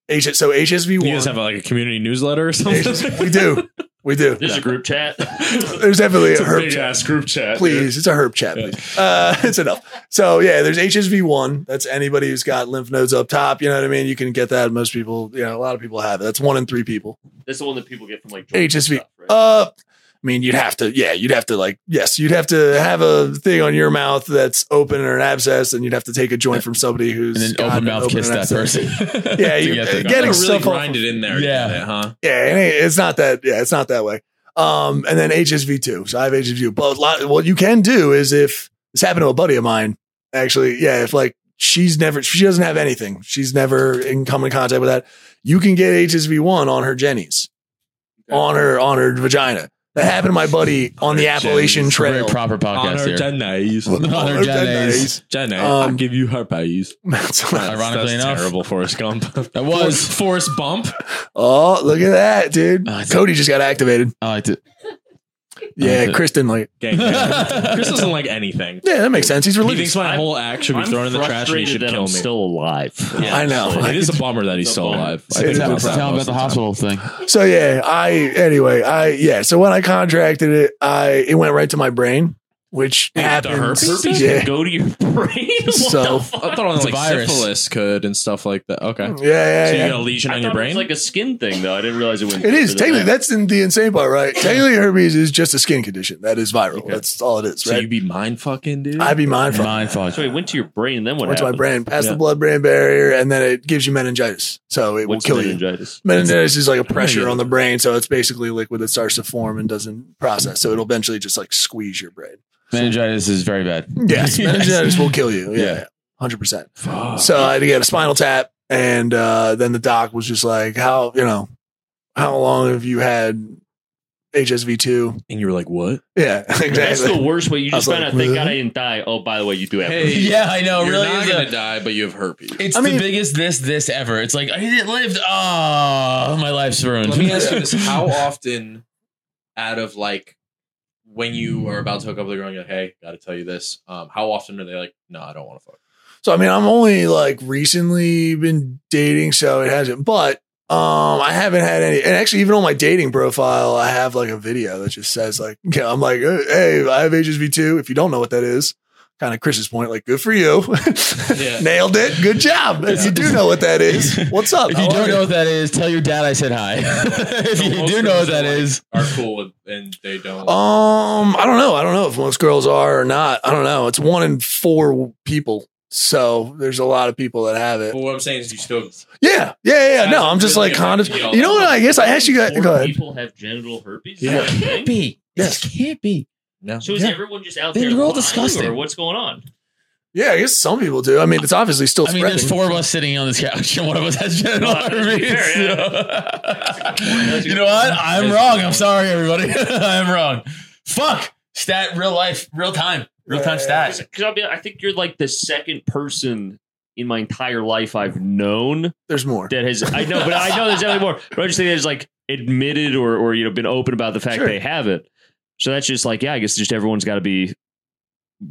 Speaker 10: H. So HSV
Speaker 9: You
Speaker 10: one.
Speaker 9: guys have like a community newsletter or something?
Speaker 10: we do. We do.
Speaker 8: There's a group chat.
Speaker 10: There's definitely a, herb chat.
Speaker 9: ass group chat.
Speaker 10: Please, it's a herb chat, please. Uh, it's enough. So yeah, there's HSV1. That's anybody who's got lymph nodes up top. You know what I mean? You can get that. Most people, you know, a lot of people have it. That's one in three people.
Speaker 8: That's the one that people get from like
Speaker 10: HSV.
Speaker 8: Stuff, right?
Speaker 10: Uh, I mean, you'd have to, yeah, you'd have to like, yes, you'd have to have a thing on your mouth that's open or an abscess, and you'd have to take a joint from somebody who's
Speaker 7: And then open
Speaker 10: gotten an
Speaker 7: mouth kiss
Speaker 10: and
Speaker 7: that
Speaker 10: abscess.
Speaker 7: person.
Speaker 10: yeah,
Speaker 9: To
Speaker 10: you,
Speaker 9: get
Speaker 10: uh,
Speaker 9: the-
Speaker 10: getting
Speaker 9: really
Speaker 10: stuff off-
Speaker 9: grind it in there. Yeah, huh?
Speaker 10: yeah, it ain't- it's not that. Yeah, it's not that way. Um, and then HSV two. So I have HSV. But a lot, what you can do is if this happened to a buddy of mine, actually, yeah, if like she's never, she doesn't have anything, she's never in come in contact with that. You can get HSV one on her jennies, on her on her vagina. That happened to my buddy on the Appalachian Trail.
Speaker 7: Very proper
Speaker 9: On
Speaker 7: podcast
Speaker 9: her
Speaker 7: here.
Speaker 9: Jennies.
Speaker 10: On her
Speaker 9: Jennies.
Speaker 10: Jennies.
Speaker 9: Jennies.
Speaker 10: Um,
Speaker 9: I'll give you her pies.
Speaker 10: That's,
Speaker 7: Ironically enough.
Speaker 9: terrible Forrest Gump.
Speaker 7: That was.
Speaker 9: Forrest Bump.
Speaker 10: Oh, look at that, dude!
Speaker 7: I see.
Speaker 10: Cody just got activated.
Speaker 7: I liked it.
Speaker 10: Yeah,
Speaker 7: Uh,
Speaker 10: Chris didn't like. it.
Speaker 9: Gang. Chris doesn't like anything.
Speaker 10: Yeah, that makes sense. He's
Speaker 9: He
Speaker 10: religious.
Speaker 9: thinks my
Speaker 8: I'm-
Speaker 9: whole act should be
Speaker 8: I'm
Speaker 9: thrown in the trash and he
Speaker 8: frustrated
Speaker 9: should
Speaker 8: that
Speaker 9: kill
Speaker 8: I'm
Speaker 9: me.
Speaker 8: still alive.
Speaker 9: Yeah,
Speaker 10: I know.
Speaker 9: It is a bummer that he's still alive. I think
Speaker 10: Tell
Speaker 9: about that
Speaker 7: Tell him
Speaker 9: most
Speaker 7: about
Speaker 9: of
Speaker 7: the
Speaker 9: time.
Speaker 7: hospital thing.
Speaker 10: So yeah, I anyway, I yeah. So when I contracted it, I it went right to my brain, which happenens.
Speaker 8: Herpes
Speaker 10: Yeah.
Speaker 8: can go to your brain. What
Speaker 10: So-
Speaker 8: the fuck?
Speaker 9: I thought it was
Speaker 7: It's a
Speaker 9: like
Speaker 7: virus.
Speaker 9: syphilis could and stuff like that. Okay.
Speaker 7: Mm-hmm.
Speaker 10: Yeah, yeah,
Speaker 9: so you
Speaker 10: yeah.
Speaker 9: got a lesion
Speaker 8: I
Speaker 9: on your
Speaker 8: thought it was
Speaker 9: brain?
Speaker 8: like a skin thing though. I didn't realize it went.
Speaker 10: It is
Speaker 8: to the
Speaker 10: technically
Speaker 8: neck.
Speaker 10: that's in the insane part, right? Technically, herpes is just a skin condition that is viral. That's all it is,
Speaker 9: so
Speaker 10: right?
Speaker 9: you be mind fucking, dude?
Speaker 10: I'd be mindful.
Speaker 7: Mind fuck.
Speaker 8: So it went to your brain. Then what
Speaker 10: Went to my
Speaker 8: happened?
Speaker 10: brain, past the
Speaker 9: Yeah.
Speaker 10: blood-brain barrier, and then it gives you meningitis. So it
Speaker 8: What's
Speaker 10: will kill you.
Speaker 8: meningitis?
Speaker 10: Meningitis is like a pressure on the brain, so it's basically liquid that starts to form and doesn't process. So it'll eventually just like squeeze your brain.
Speaker 7: Meningitis is very bad.
Speaker 10: Yes, meningitis will kill you.
Speaker 7: Yeah.
Speaker 10: Yeah, hundred percent. So I had to get a spinal tap, and uh, then the doc was just like, "How you know, how long have you had HSV two?
Speaker 9: And you were like, what?
Speaker 10: Yeah,
Speaker 8: That's the
Speaker 10: exactly.
Speaker 8: worst way. You
Speaker 10: I
Speaker 8: just
Speaker 10: was
Speaker 8: found
Speaker 10: like,
Speaker 8: out. Thank
Speaker 10: "Really?"
Speaker 8: God I didn't die. Oh, by the way, you do have.
Speaker 9: Hey,
Speaker 7: Yeah, I know.
Speaker 9: You're
Speaker 7: really,
Speaker 9: not
Speaker 7: is
Speaker 9: going
Speaker 7: a-
Speaker 9: to die, but you have herpes.
Speaker 7: it's
Speaker 10: I
Speaker 7: the
Speaker 10: mean-
Speaker 7: biggest this this ever. It's like I didn't live. Oh, my life's ruined.
Speaker 16: Let me ask you this: How often, out of like, when you are about to hook up with a girl, and you're like, "Hey, got to tell you this." Um, how often are they like, "No, I don't want to fuck."
Speaker 10: So I mean, I'm only like recently been dating, so it hasn't. But um, I haven't had any. And actually, even on my dating profile, I have like a video that just says like, yeah, I'm like, uh, hey, I have HSV two. If you don't know what that is. Kind of Chris's point, like, good for you.
Speaker 9: Yeah.
Speaker 10: Nailed it. Good job. If you do know what that is, what's up?
Speaker 7: If you
Speaker 10: How are
Speaker 7: don't know what that is, tell your dad I said hi. if
Speaker 16: So
Speaker 7: you
Speaker 16: most
Speaker 7: do know what
Speaker 16: girls are
Speaker 7: that
Speaker 16: like-
Speaker 7: is,
Speaker 16: Are cool with, and they don't.
Speaker 10: Um, I don't know. I don't know if most girls are or not. I don't know. It's one in four people. So there's a lot of people that have it.
Speaker 16: but what I'm saying is, you still.
Speaker 10: Yeah. Yeah. Yeah. yeah. No,
Speaker 16: That's
Speaker 10: I'm just
Speaker 16: really
Speaker 10: like
Speaker 16: a big
Speaker 10: condoms.
Speaker 16: deal.
Speaker 10: You know what? I guess I actually got,
Speaker 8: Four
Speaker 10: go ahead.
Speaker 8: People have genital herpes.
Speaker 9: Yeah.
Speaker 8: Is that a thing?
Speaker 7: be.
Speaker 10: Yes.
Speaker 7: can't be.
Speaker 9: No.
Speaker 8: So is
Speaker 7: Yeah.
Speaker 8: everyone just out
Speaker 7: They're
Speaker 8: there?
Speaker 7: all
Speaker 8: lying,
Speaker 7: disgusting.
Speaker 8: Or what's going on?
Speaker 10: Yeah. I guess some people do. I mean, it's obviously still
Speaker 7: I mean, there's
Speaker 10: spreading.
Speaker 7: four of us sitting on this couch, and one of us has genital
Speaker 8: Well, that's
Speaker 7: herpes.
Speaker 8: fair, yeah.
Speaker 7: you know what? I'm wrong. I'm sorry, everybody. I'm wrong. Fuck. Stat, real life, real time, real time stat.
Speaker 8: Because I'll be. I think you're like the second person in my entire life I've known
Speaker 10: There's more.
Speaker 8: that has I know, but I know there's definitely more. But I just think there's like admitted or or you know been open about the fact
Speaker 10: Sure.
Speaker 8: they have it. So that's just like yeah, I guess just everyone's got to be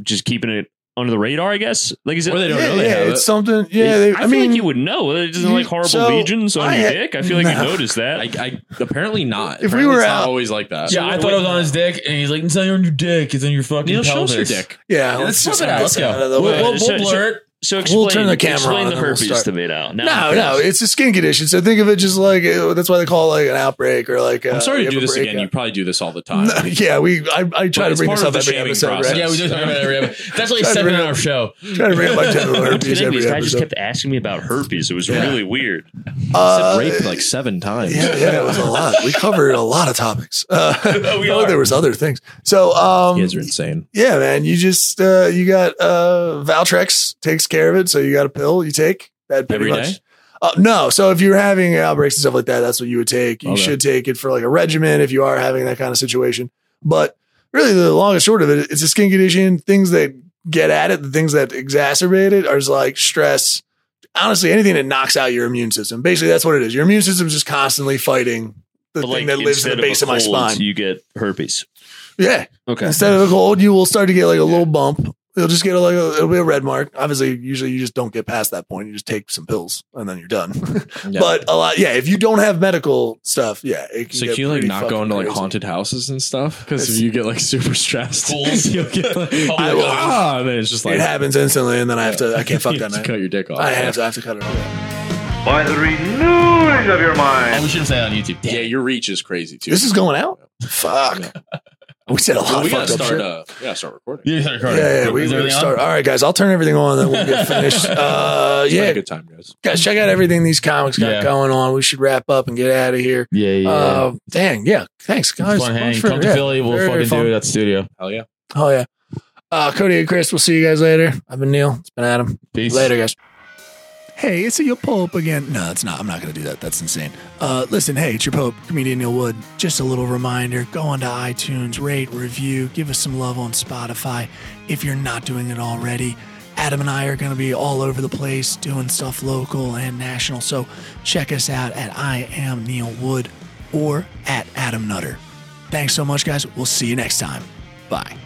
Speaker 8: just keeping it under the radar. I guess like is it?
Speaker 9: Or they don't
Speaker 10: Yeah.
Speaker 9: know they
Speaker 10: yeah
Speaker 9: have
Speaker 10: it's
Speaker 9: it.
Speaker 10: something. Yeah. They,
Speaker 8: I,
Speaker 10: I,
Speaker 8: feel
Speaker 10: mean,
Speaker 8: like you would know. It doesn't
Speaker 10: you-
Speaker 8: like horrible
Speaker 10: so,
Speaker 8: legions on
Speaker 10: I-
Speaker 8: your dick. I feel like
Speaker 10: No.
Speaker 8: you noticed that.
Speaker 9: I, I apparently not.
Speaker 10: If we
Speaker 9: Apparently
Speaker 10: were
Speaker 9: it's
Speaker 10: out-
Speaker 9: not always like that.
Speaker 7: Yeah, I thought it was on his dick, and he's like, "It's not on your dick. It's on your fucking
Speaker 9: Neil, show us your
Speaker 7: pelvis."
Speaker 9: dick.
Speaker 10: yeah.
Speaker 7: Let's
Speaker 10: just
Speaker 7: flip it out. Let's
Speaker 10: get
Speaker 7: go.
Speaker 10: out of the
Speaker 7: We'll,
Speaker 10: way.
Speaker 7: we'll,
Speaker 8: Uh, So-
Speaker 7: we'll blur it.
Speaker 8: so explain,
Speaker 10: we'll turn the camera
Speaker 8: explain
Speaker 10: on
Speaker 8: the
Speaker 10: and then we'll
Speaker 8: herpes
Speaker 10: start.
Speaker 8: to me now. Now
Speaker 10: No,
Speaker 8: I'm
Speaker 10: no,
Speaker 8: curious.
Speaker 10: it's a skin condition. So think of it just like uh, that's why they call it like an outbreak or like. uh,
Speaker 9: I'm sorry
Speaker 10: you
Speaker 9: to do
Speaker 10: have a
Speaker 9: this again.
Speaker 10: breakup.
Speaker 9: You probably do this all the time.
Speaker 10: No, yeah, we. I, I try to
Speaker 9: it's
Speaker 10: bring
Speaker 9: part
Speaker 10: this
Speaker 9: of
Speaker 10: up
Speaker 9: the
Speaker 10: every
Speaker 9: shaming
Speaker 10: episode,
Speaker 9: process.
Speaker 10: right?
Speaker 7: Yeah, we do talk about it every episode. That's like
Speaker 10: Try to
Speaker 7: seven
Speaker 10: bring
Speaker 7: in
Speaker 10: it
Speaker 7: our show.
Speaker 10: Try to bring up my genital herpes
Speaker 8: The thing
Speaker 10: every
Speaker 8: is, I just
Speaker 10: episode.
Speaker 8: kept asking me about herpes. It was
Speaker 10: Yeah.
Speaker 8: really weird.
Speaker 10: Uh,
Speaker 9: Raped like seven times.
Speaker 10: yeah, yeah, it was a lot. We covered a lot of topics. Uh,
Speaker 7: We
Speaker 10: but
Speaker 7: are.
Speaker 10: there was other things. So, um,
Speaker 9: You guys are insane.
Speaker 10: yeah, man, you just uh, you got uh, Valtrex takes care of it. So you got a pill you take that pretty
Speaker 9: Every
Speaker 10: much.
Speaker 9: day?
Speaker 10: Uh, no, so if you're having outbreaks and stuff like that, that's what you would take. You
Speaker 9: Okay.
Speaker 10: should take it for like a regimen if you are having that kind of situation. But really, the long and short of it, it's a skin condition. Things that get at it, the things that exacerbate it, are just like stress. Honestly, anything that knocks out your immune system. Basically, that's what it is. Your immune system is just constantly fighting the
Speaker 8: But,
Speaker 10: thing
Speaker 8: like,
Speaker 10: that lives in
Speaker 8: instead
Speaker 10: the base of,
Speaker 8: a
Speaker 10: my
Speaker 8: cold,
Speaker 10: spine.
Speaker 8: You get herpes.
Speaker 10: yeah,
Speaker 8: Okay.
Speaker 10: Instead of a cold, you will start to get like a little bump. You'll just get a, like a, it'll be a red mark. Obviously, usually you just don't get past that point. You just take some pills and then you're done.
Speaker 9: Yeah.
Speaker 10: But a lot, yeah. If you don't have medical stuff, yeah. It
Speaker 9: So
Speaker 10: get
Speaker 9: can you like
Speaker 10: pretty
Speaker 9: not
Speaker 10: fucking
Speaker 9: go into like
Speaker 10: crazy.
Speaker 9: haunted houses and stuff? Because
Speaker 10: It's-
Speaker 9: if you get like super stressed,
Speaker 7: Pools.
Speaker 9: you'll get like, you're
Speaker 10: I
Speaker 9: like,
Speaker 10: will.
Speaker 9: ah, and then it's just like
Speaker 10: it happens instantly, and then I have to. I can't fuck
Speaker 9: you
Speaker 10: that
Speaker 9: have to
Speaker 10: night.
Speaker 9: Cut your dick off.
Speaker 10: I have to. I have to cut it off.
Speaker 6: By the renewing of your mind.
Speaker 7: Oh, we should have said that on YouTube.
Speaker 9: Yeah,
Speaker 7: Damn.
Speaker 9: your reach is crazy too.
Speaker 10: This is going out. Fuck. We said a lot
Speaker 9: we
Speaker 10: of
Speaker 9: gotta
Speaker 10: fucked up
Speaker 9: start.
Speaker 10: shit.
Speaker 9: Uh, we gotta start recording.
Speaker 7: Yeah,
Speaker 10: Yeah, yeah, we we start. All right, guys, I'll turn everything on, then we'll get finished. Uh,
Speaker 9: It's been
Speaker 10: yeah,
Speaker 9: a good time, guys.
Speaker 10: guys, check out everything these comics got
Speaker 7: Yeah.
Speaker 10: going on. We should wrap up and get out of here.
Speaker 7: Yeah, yeah.
Speaker 10: Uh, dang, yeah. Thanks, guys.
Speaker 7: fun
Speaker 10: Thanks
Speaker 7: hang.
Speaker 10: for-
Speaker 7: Come to
Speaker 10: yeah,
Speaker 7: Philly. We'll
Speaker 10: very
Speaker 7: fucking
Speaker 10: fun.
Speaker 7: do it at the studio.
Speaker 9: Hell yeah.
Speaker 10: Oh yeah. Uh, Cody and Chris, we'll see you guys later. I've been Neil. It's been Adam.
Speaker 7: Peace.
Speaker 10: Later, guys. Hey, it's your Pope again. No, it's not. I'm not going to do that. That's insane. Uh, listen, hey, it's your Pope, comedian Neil Wood. Just a little reminder go on to iTunes, rate, review, give us some love on Spotify if you're not doing it already. Adam and I are going to be all over the place doing stuff local and national. So check us out at I Am Neil Wood or at Adam Nutter. Thanks so much, guys. We'll see you next time. Bye.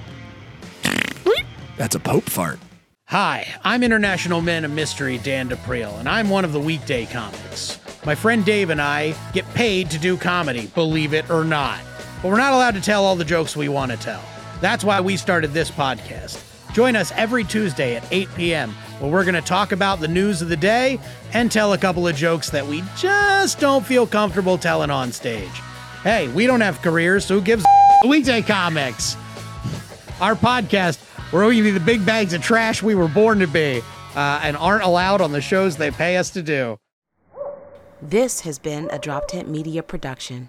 Speaker 10: That's a Pope fart.
Speaker 8: Hi, I'm International Men of Mystery Dan DePriel, and I'm one of the weekday comics. My friend Dave and I get paid to do comedy, believe it or not. But we're not allowed to tell all the jokes we want to tell. That's why we started this podcast. Join us every Tuesday at 8 p.m., where we're going to talk about the news of the day and tell a couple of jokes that we just don't feel comfortable telling on stage. Hey, we don't have careers, so who gives a weekday comics? our podcast where we give you the big bags of trash we were born to be uh, and aren't allowed on the shows they pay us to do.
Speaker 1: This has been a Drop Tent Media production.